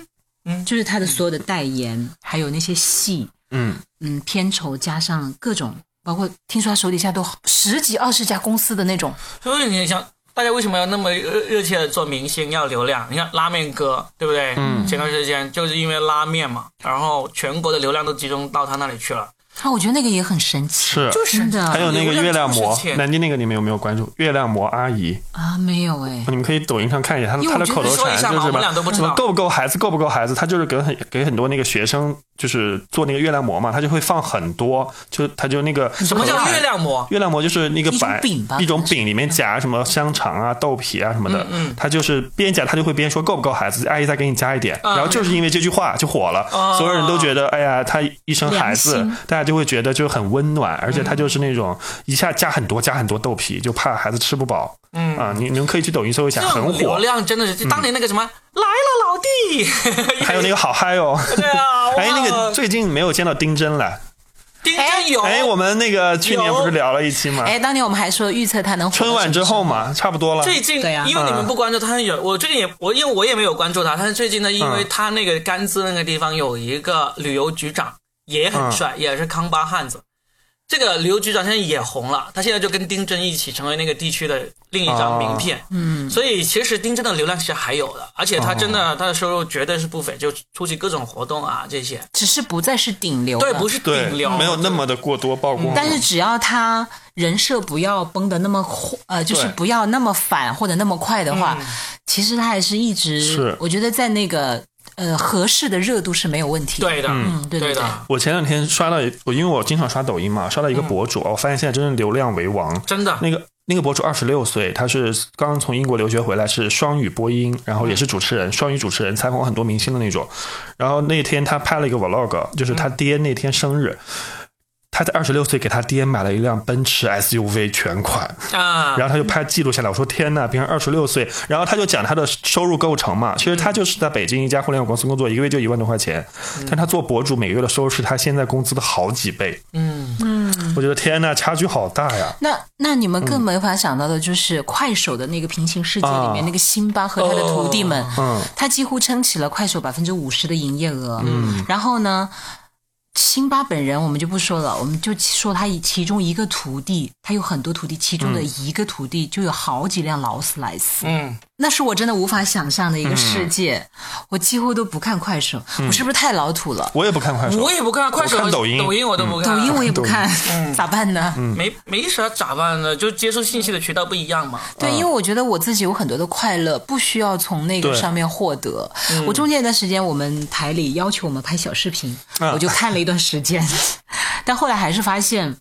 [SPEAKER 1] 嗯
[SPEAKER 2] 就是他的所有的代言，还有那些戏，
[SPEAKER 3] 嗯，
[SPEAKER 2] 嗯，片酬加上各种，包括听说他手底下都十几二十家公司的那种，
[SPEAKER 1] 所以你想，大家为什么要那么热热切的做明星要流量？你看拉面哥，对不对？嗯，前段时间就是因为拉面嘛，然后全国的流量都集中到他那里去了，
[SPEAKER 2] 啊，我觉得那个也很神奇，
[SPEAKER 3] 是。
[SPEAKER 1] 就是
[SPEAKER 2] 真的
[SPEAKER 3] 还有那个
[SPEAKER 1] 流
[SPEAKER 3] 月亮
[SPEAKER 1] 量
[SPEAKER 3] 魔
[SPEAKER 1] 就是钱，
[SPEAKER 3] 南京那个你们有没有关注？月亮魔阿姨，
[SPEAKER 2] 啊，没有
[SPEAKER 1] 嗯
[SPEAKER 2] 哎，
[SPEAKER 3] 你们可以抖音上看一下，她
[SPEAKER 2] 因为
[SPEAKER 3] 她的
[SPEAKER 2] 我觉得
[SPEAKER 3] 口头
[SPEAKER 1] 说一
[SPEAKER 3] 禅
[SPEAKER 1] 下嘛
[SPEAKER 3] 就是
[SPEAKER 1] 我们俩都
[SPEAKER 3] 吧
[SPEAKER 1] 不知
[SPEAKER 3] 什么
[SPEAKER 1] 道
[SPEAKER 3] 够不够孩子，够不够孩子，她就是给很给很多那个学生就是做那个月亮馍嘛，它就会放很多，就它就那个
[SPEAKER 1] 什么叫月亮馍？
[SPEAKER 3] 月亮馍就是那个
[SPEAKER 2] 一种
[SPEAKER 3] 白
[SPEAKER 2] 饼吧
[SPEAKER 3] 一种
[SPEAKER 2] 可能是嗯
[SPEAKER 3] 饼里面夹什么香肠啊、豆皮啊什么的，他就是边夹他就会边说够不够孩子，阿姨再给你加一点。
[SPEAKER 2] 啊
[SPEAKER 3] 然后就是因为这句话就火了，所有人都觉得哎呀，他一生孩子
[SPEAKER 2] 哦良心，嗯
[SPEAKER 3] 大家就会觉得就很温暖，而且他就是那种一下加很多加很多豆皮，就怕孩子吃不饱。嗯啊，你你们可以去抖音搜一下，
[SPEAKER 1] 这种
[SPEAKER 3] 很
[SPEAKER 1] 流
[SPEAKER 3] 火。嗯
[SPEAKER 1] 量真的是，就当年那个什么、来了老弟，
[SPEAKER 3] 还有那个好嗨 哦，
[SPEAKER 1] 对啊，
[SPEAKER 3] 哎，那个
[SPEAKER 1] 哇
[SPEAKER 3] 最近没有见到丁真了。
[SPEAKER 1] 丁真有，
[SPEAKER 3] 哎，我们那个去年
[SPEAKER 1] 有
[SPEAKER 3] 不是聊了一期吗？
[SPEAKER 2] 哎，当年我们还说预测他能火
[SPEAKER 3] 春晚之后嘛，差不多了。
[SPEAKER 1] 最近，
[SPEAKER 2] 对啊嗯
[SPEAKER 1] 因为你们不关注他，有我最近也我因为我也没有关注他，但是最近呢，因为他那个甘孜那个地方有一个旅游局长也很帅，
[SPEAKER 2] 嗯
[SPEAKER 1] 也是康巴汉子。这个旅游局长现在也红了，他现在就跟丁真一起成为那个地区的另一张名
[SPEAKER 2] 哦
[SPEAKER 1] 片。嗯，所以其实丁真的流量其实还有的，而且他真的、
[SPEAKER 2] 哦
[SPEAKER 1] 他的收入绝对是不菲，就出席各种活动啊这些，
[SPEAKER 2] 只是不再是顶流了嗯
[SPEAKER 1] 对，不是
[SPEAKER 3] 对
[SPEAKER 1] 顶流，，
[SPEAKER 3] 没有那么的过多曝光。
[SPEAKER 2] 但是只要他人设不要崩的那么火，呃，就是
[SPEAKER 3] 对
[SPEAKER 2] 不要那么反或者那么快的话，其实他还是一直，
[SPEAKER 3] 是
[SPEAKER 2] 我觉得在那个呃合适的热度是没有问题的。
[SPEAKER 1] 对的，
[SPEAKER 2] 嗯对对对
[SPEAKER 1] 的，
[SPEAKER 3] 我前两天刷到一，我因为我经常刷抖音嘛，刷到一
[SPEAKER 2] 嗯
[SPEAKER 3] 个博主，哦我发现现在真是流量为王。
[SPEAKER 1] 真的。
[SPEAKER 3] 那个那个博主二十六岁，他是刚刚从英国留学回来，是双语播音，然后也
[SPEAKER 2] 嗯
[SPEAKER 3] 是主持人，双语主持人，采访过很多明星的那种。然后那天他拍了一个 vlog，就是
[SPEAKER 2] 嗯
[SPEAKER 3] 他爹那天生日，他在二十六岁给他爹买了一辆奔驰 SUV 全款。
[SPEAKER 1] 啊，
[SPEAKER 3] 然后他就拍记录下来，我说天呐，别人二十六岁，然后他就讲他的收入构成嘛，其实他就是在北京一家互联网公司工作，一个月就一万多块钱，但他做博主每个月的收入是他现在工资的好几倍，
[SPEAKER 1] 嗯，
[SPEAKER 3] 我觉得天呐，差距好大呀，
[SPEAKER 2] 那那你们更没法想到的就是快手的那个平行世界里面，
[SPEAKER 3] 啊
[SPEAKER 2] 那个辛巴和他的徒弟们，
[SPEAKER 3] 嗯
[SPEAKER 2] 他几乎撑起了快手百分之五十的营业额。嗯，然后呢，辛巴本人我们就不说了，我们就说他以其中一个徒弟，他有很多徒弟，其中的一个徒弟就有好几辆劳斯莱斯。
[SPEAKER 1] 嗯，
[SPEAKER 2] 那是我真的无法想象的一个世界。我几乎都不看快手，我是不是太老土了？
[SPEAKER 3] 我也不看快手
[SPEAKER 1] 我，也不看快手
[SPEAKER 3] 我看抖音嗯
[SPEAKER 1] 抖音我都不看，
[SPEAKER 2] 嗯 抖音嗯我也不看，咋办呢？
[SPEAKER 1] 没没啥咋办呢，就接受信息的渠道不一样嘛。
[SPEAKER 2] 对，因为我觉得我自己有很多的快乐，不需要从那个
[SPEAKER 3] 嗯对嗯
[SPEAKER 2] 上面获得。我中间一段时间，我们台里要求我们拍小视频，
[SPEAKER 3] 啊
[SPEAKER 2] 我就看了一段时间， 但后来还是发现，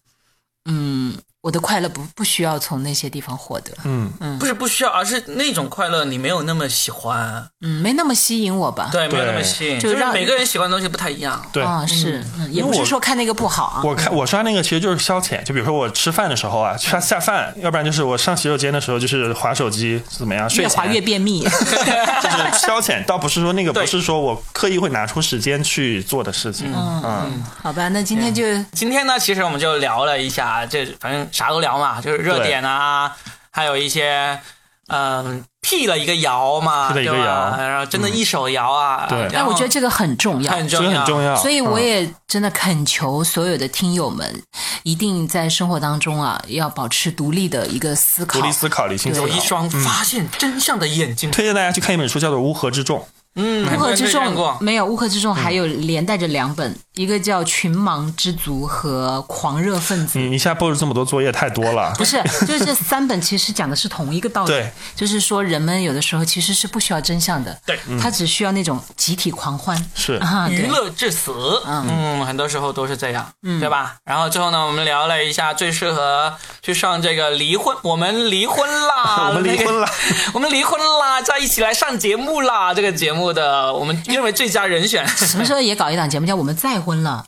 [SPEAKER 2] 嗯，我的快乐不不需要从那些地方获得，
[SPEAKER 3] 嗯，
[SPEAKER 1] 不是不需要，而是那种快乐你没有那么喜欢，
[SPEAKER 2] 嗯，没那么吸引我吧。
[SPEAKER 1] 对，没有
[SPEAKER 3] 对
[SPEAKER 1] 那么吸引，
[SPEAKER 2] 就
[SPEAKER 1] 就是
[SPEAKER 2] 让
[SPEAKER 1] 每个人喜欢的东西不太一样。
[SPEAKER 3] 对。
[SPEAKER 2] 啊、是，嗯，也
[SPEAKER 3] 因为
[SPEAKER 2] 不是
[SPEAKER 3] 我
[SPEAKER 2] 说看那个不好啊。
[SPEAKER 3] 我看我刷那个其实就是消遣，就比如说我吃饭的时候啊，下下饭，要不然就是我上洗手间的时候就是划手机怎么样，睡
[SPEAKER 2] 越滑
[SPEAKER 3] 前
[SPEAKER 2] 越便 秘，
[SPEAKER 3] 就是消遣，倒不是说那个
[SPEAKER 1] 对
[SPEAKER 3] 不是说我刻意会拿出时间去做的事情，嗯，
[SPEAKER 2] 好吧？那今天就
[SPEAKER 1] 今天呢，其实我们就聊了一下，这反正啥都聊嘛，就是热点啊，还有一些嗯辟了一个谣嘛，
[SPEAKER 3] 辟了一个
[SPEAKER 1] 对吧
[SPEAKER 3] 谣嗯
[SPEAKER 1] 然后真的一手谣啊，
[SPEAKER 3] 对
[SPEAKER 1] 然
[SPEAKER 2] 哎，
[SPEAKER 1] 后
[SPEAKER 2] 我觉得这个很重要，
[SPEAKER 1] 很
[SPEAKER 3] 这
[SPEAKER 1] 重
[SPEAKER 3] 个很重要，
[SPEAKER 2] 所以我
[SPEAKER 3] 嗯
[SPEAKER 2] 也真的恳求所有的听友们，一定在生活当中啊，要保持独立的一个思考
[SPEAKER 3] 独。立思考、理性思
[SPEAKER 1] 有
[SPEAKER 3] 考。
[SPEAKER 1] 一双发现真相的眼睛。
[SPEAKER 3] 推荐大家去看一本书，叫做《乌合之众》。
[SPEAKER 1] 嗯，
[SPEAKER 2] 乌合
[SPEAKER 1] 没
[SPEAKER 2] 之
[SPEAKER 1] 没看
[SPEAKER 2] 众
[SPEAKER 1] 过嗯
[SPEAKER 2] 没有，乌合之众还有连带着两本，一个叫《群盲之族》和《狂热分
[SPEAKER 1] 嗯
[SPEAKER 2] 子》。
[SPEAKER 3] 你一下布置这么多作业太多了
[SPEAKER 2] 不，是，就是这三本其实讲的是同一个道理
[SPEAKER 3] 对，
[SPEAKER 2] 就是说人们有的时候其实是不需要真相的，
[SPEAKER 1] 对，嗯
[SPEAKER 2] 他只需要那种集体狂欢
[SPEAKER 3] 是
[SPEAKER 2] 啊，
[SPEAKER 1] 娱
[SPEAKER 2] 对，
[SPEAKER 1] 乐至死，嗯，很多时候都是这样，对吧？然后最后呢，我们聊了一下最适合去上这个离婚，我们离婚啦，
[SPEAKER 3] 我们离婚啦，
[SPEAKER 1] 我们离婚啦，在一起来上节目啦，这个节目的我们认为最佳人选。
[SPEAKER 2] 什么时候也搞一档节目叫《我们再婚了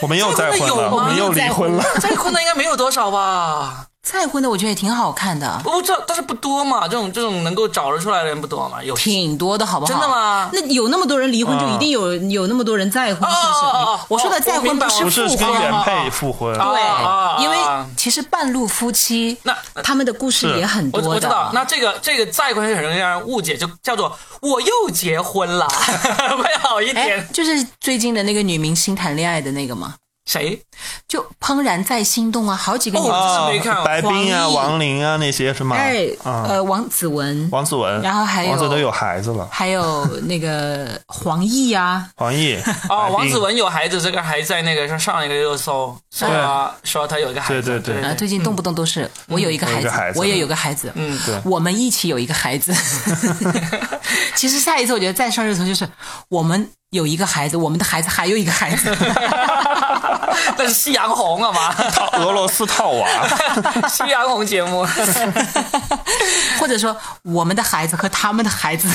[SPEAKER 3] 我们又再婚
[SPEAKER 1] 有吗
[SPEAKER 3] 了，我们又离婚了。
[SPEAKER 1] 再婚的应该没有多少吧？》，
[SPEAKER 2] 再婚的我觉得也挺好看的，
[SPEAKER 1] 我不知道，但是不多嘛，这种这种能够找得出来的人不多嘛，有
[SPEAKER 2] 挺多的，好不好？
[SPEAKER 1] 真的吗啊
[SPEAKER 2] 那有那么多人离婚，就一定有有那么多人再
[SPEAKER 1] 哦
[SPEAKER 2] 婚，是不是？
[SPEAKER 1] 哦哦
[SPEAKER 2] 我说的再
[SPEAKER 1] 我
[SPEAKER 2] 婚
[SPEAKER 1] 明白
[SPEAKER 2] 是
[SPEAKER 3] 不是
[SPEAKER 2] 复
[SPEAKER 3] 跟
[SPEAKER 2] 婚
[SPEAKER 3] 原
[SPEAKER 2] 吗？
[SPEAKER 3] 配复婚，
[SPEAKER 1] 啊
[SPEAKER 2] 对
[SPEAKER 1] 啊啊，
[SPEAKER 2] 因为
[SPEAKER 1] 啊
[SPEAKER 2] 其实半路夫妻，
[SPEAKER 1] 那
[SPEAKER 2] 他们的故事
[SPEAKER 3] 是
[SPEAKER 2] 也很
[SPEAKER 1] 我
[SPEAKER 2] 多的。
[SPEAKER 1] 我知道，那这个这个再婚是很容易让人误解，就叫做我又结婚 了，会好一
[SPEAKER 2] 哎
[SPEAKER 1] 点。，
[SPEAKER 2] 就是最近的那个女明星谈恋爱的那个嘛，
[SPEAKER 1] 谁？
[SPEAKER 2] 就《怦然再心动》啊，好几个女明星，
[SPEAKER 1] 哦
[SPEAKER 3] 啊
[SPEAKER 1] 没看过
[SPEAKER 3] 白冰啊、
[SPEAKER 2] 王
[SPEAKER 3] 王琳啊那些是吗？
[SPEAKER 2] 哎，
[SPEAKER 3] 啊，
[SPEAKER 2] 呃，王子文，
[SPEAKER 3] 王子文，
[SPEAKER 2] 然后还有
[SPEAKER 3] 王子文都有孩子了，
[SPEAKER 2] 还有那个黄奕啊，
[SPEAKER 3] 黄奕
[SPEAKER 1] 哦，王子，
[SPEAKER 3] 白冰
[SPEAKER 1] 文有孩子，这个还在那个上上一个热搜，说说他有一个孩子，
[SPEAKER 3] 对对对
[SPEAKER 2] 呃，最近动不动都是我有一个
[SPEAKER 3] 嗯我有
[SPEAKER 2] 孩
[SPEAKER 3] 一个孩
[SPEAKER 2] 子，
[SPEAKER 3] 子
[SPEAKER 2] 我也有个孩子，嗯
[SPEAKER 3] 对
[SPEAKER 2] 我 们一起有一个孩子。其实下一次我觉得再上热搜就是我们有一个孩子，我们的孩子还有一个孩子，
[SPEAKER 1] 那是夕阳红啊嘛，
[SPEAKER 3] 套俄罗斯套娃，
[SPEAKER 1] 夕阳红节目，
[SPEAKER 2] 或者说我们的孩子和他们的孩子，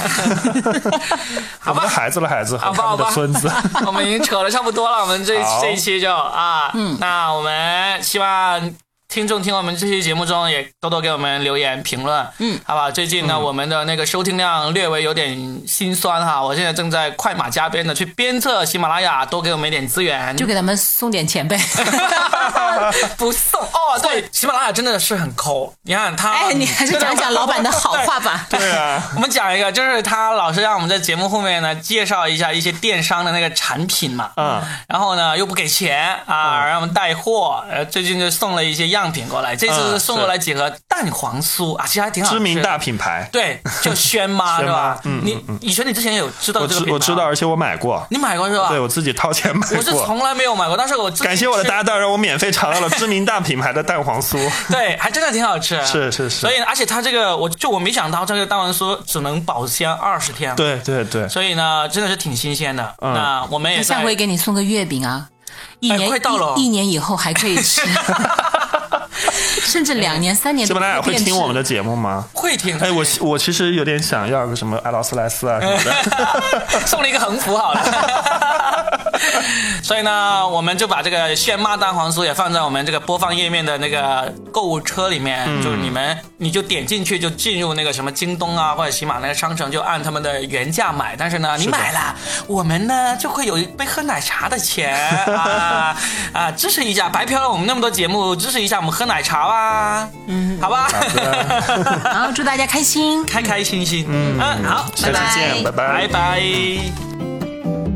[SPEAKER 3] 我们的孩子的孩子和
[SPEAKER 1] 好吧
[SPEAKER 3] 他
[SPEAKER 1] 好
[SPEAKER 3] 们
[SPEAKER 1] 吧
[SPEAKER 3] 的孙子。
[SPEAKER 1] 我们已经扯的差不多了，我们这
[SPEAKER 3] 好
[SPEAKER 1] 这一期就啊，那我们希望。听众听我们这期节目中，也多多给我们留言评论，嗯，好吧。最近呢，我们的那个收听量略微有点心酸哈，我现在正在快马加鞭的去鞭策喜马拉雅多给我们一点资源，
[SPEAKER 2] 就给他们送点钱 呗。
[SPEAKER 1] 不送哦。对，喜马拉雅真的是很抠，你看他，
[SPEAKER 2] 哎，你还是讲讲老 板的好话吧。
[SPEAKER 3] 对啊，
[SPEAKER 1] 我们讲一个，就是他老是让我们在节目后面呢介绍一下一些电商的那个产品嘛，
[SPEAKER 3] 嗯，
[SPEAKER 1] 然后呢又不给钱啊，让我们带货，呃，最近就送了一些样品过来，这次
[SPEAKER 3] 嗯
[SPEAKER 1] 送过来几盒蛋黄酥啊，其实还挺好吃
[SPEAKER 3] 知
[SPEAKER 1] 的
[SPEAKER 3] 名大。品牌，
[SPEAKER 1] 对，就轩妈是
[SPEAKER 3] 轩妈嗯
[SPEAKER 1] 吧？你以前你之前有知道
[SPEAKER 3] 我
[SPEAKER 1] 这个
[SPEAKER 3] 知
[SPEAKER 1] 品牌
[SPEAKER 3] 我知道，，而且我买过，
[SPEAKER 1] 你买过是吧？
[SPEAKER 3] 对我自己掏钱买
[SPEAKER 1] 我是
[SPEAKER 3] 过。
[SPEAKER 1] 从来没有买过，但是我自己
[SPEAKER 3] 感谢我的
[SPEAKER 1] 吃
[SPEAKER 3] 搭档，让我免费尝到了知名大品牌的蛋黄 酥。
[SPEAKER 1] 对，还真的挺好吃。
[SPEAKER 3] 是是是
[SPEAKER 1] 啊所以，而且它这个，我就我没想到这个蛋黄酥只能保鲜二十天。。
[SPEAKER 3] 对对对，
[SPEAKER 1] 所以呢，真的是挺新鲜的。
[SPEAKER 3] 嗯
[SPEAKER 1] 那我们也
[SPEAKER 2] 那下
[SPEAKER 1] 在
[SPEAKER 2] 回给你送个月饼啊，一年、
[SPEAKER 1] 哎快到了
[SPEAKER 2] 一，一年以后还可以 吃，甚至两年、三年
[SPEAKER 3] 喜
[SPEAKER 2] 都
[SPEAKER 3] 马
[SPEAKER 2] 不
[SPEAKER 3] 拉雅会
[SPEAKER 2] 变质
[SPEAKER 3] 听我们的节目吗？
[SPEAKER 1] 会挺
[SPEAKER 3] 哎，我我其实有点想要个什么爱劳斯莱斯啊什么 的。
[SPEAKER 1] 送了一个横幅好了。 所以呢，我们就把这个炫妈蛋黄酥也放在我们这个播放页面的那个购物车里面，就是你们你就点进去就进入那个什么京东啊或者喜马拉雅商城，就按他们的原价买。但是呢，你
[SPEAKER 3] 的
[SPEAKER 1] 买了，我们呢就会有一杯喝奶茶的钱 啊啊，支持一下，白嫖了我们那么多节目，支持一下我们喝奶茶吧，嗯，好吧，
[SPEAKER 2] 然后祝大家开心。
[SPEAKER 1] 开开心心，嗯，好，
[SPEAKER 3] 下
[SPEAKER 2] 拜
[SPEAKER 3] 次见，拜
[SPEAKER 1] 拜。
[SPEAKER 3] 拜
[SPEAKER 1] 拜